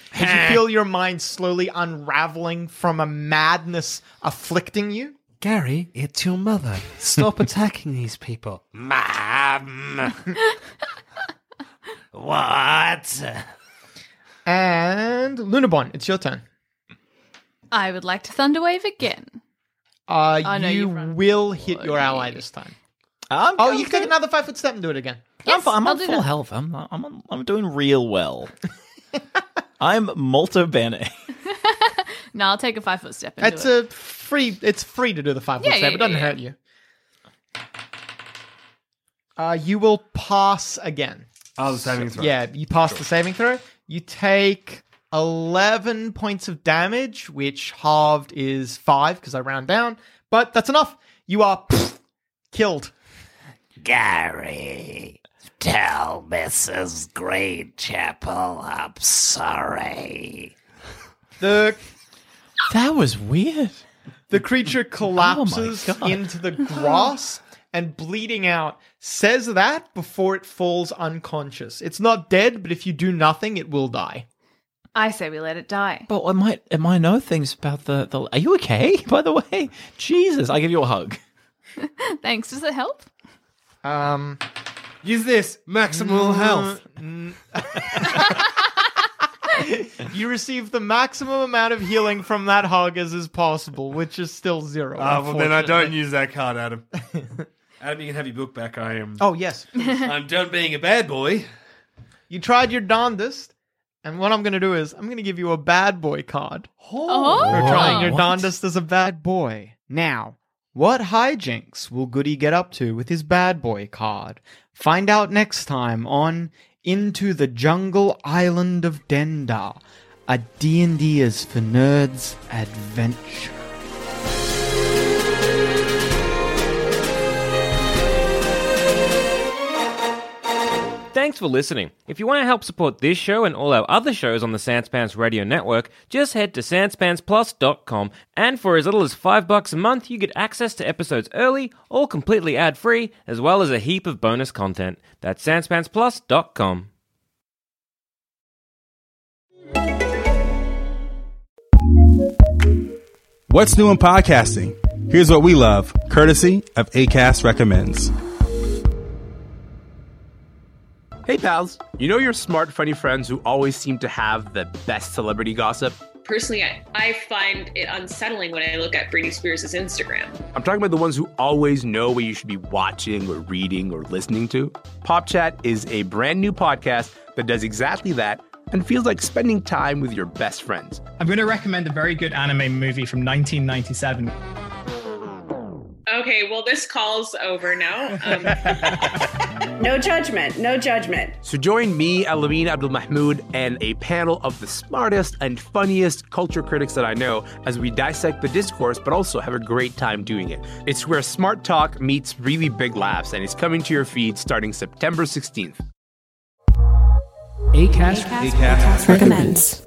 C: as you feel your mind slowly unraveling from a madness afflicting you.
G: Gary, it's your mother. Stop attacking these people. Mom. what?
C: And Lunabon, it's your turn.
F: I would like to Thunderwave again.
C: Uh,
F: I know
C: you
F: Oh, you've run.
C: will hit your ally this time. oh, you can take another five foot step and do it again.
E: I'm, fi- I'm
F: I'll
E: on
F: do
E: full
F: that.
E: health. I'm, I'm, on- I'm doing real well. I'm Malta Bene.
F: No, I'll take a five foot step. and
C: It's
F: do it.
C: a free. It's free to do the five foot
F: Yeah,
C: step.
F: yeah,
C: it doesn't
F: yeah, yeah.
C: hurt you. Uh, you will pass again.
G: Oh, the saving throw.
C: Yeah, you pass the saving throw. You take eleven points of damage, which halved is five because I round down. But that's enough. You are killed.
K: Gary, tell Mrs. Greenchapel I'm sorry.
C: The
E: that was weird.
C: The creature collapses into the grass and bleeding out says that before it falls unconscious. It's not dead, but if you do nothing, it will die.
F: I say we let it die.
E: But I might, I might know things about the, the. Are you okay? By the way, Jesus, I give you a hug.
F: Thanks. Does it help?
C: Um,
D: Use this
C: Mm,
D: maximal health.
C: you receive the maximum amount of healing from that hug as is possible, which is still zero.
D: Ah, well, then I don't
C: unfortunately.
D: use that card, Adam.
G: Adam, you can have your book back. I am.
C: Oh yes,
D: I'm done being a bad boy.
C: you tried your darndest, and what I'm going to do is I'm going to give you a bad boy card.
F: Oh,
C: You're trying your
G: What?
C: darndest as a bad boy. Now, what hijinks will Goody get up to with his bad boy card? Find out next time on Into the Jungle Island of Dendar, a D&D is for nerds adventure.
L: Thanks for listening. If you want to help support this show and all our other shows on the Sanspants Radio Network, just head to sanspantsplus.com and for as little as 5 bucks a month, you get access to episodes early, all completely ad-free, as well as a heap of bonus content. That's sanspantsplus.com.
M: What's new in podcasting? Here's what we love, courtesy of ACAST Recommends.
N: Hey, pals. You know your smart, funny friends who always seem to have the best celebrity gossip?
O: Personally, I, I find it unsettling when I look at Britney Spears' Instagram.
N: I'm talking about the ones who always know what you should be watching or reading or listening to. Pop Chat is a brand new podcast that does exactly that and feels like spending time with your best friends.
P: I'm going to recommend a very good anime movie from 1997.
O: Okay, well, this call's over now. Um,
Q: No judgment, no judgment.
N: So join me, Alameen Abdul Mahmoud, and a panel of the smartest and funniest culture critics that I know as we dissect the discourse, but also have a great time doing it. It's where smart talk meets really big laughs, and it's coming to your feed starting September 16th.
R: Acast,
M: recommends.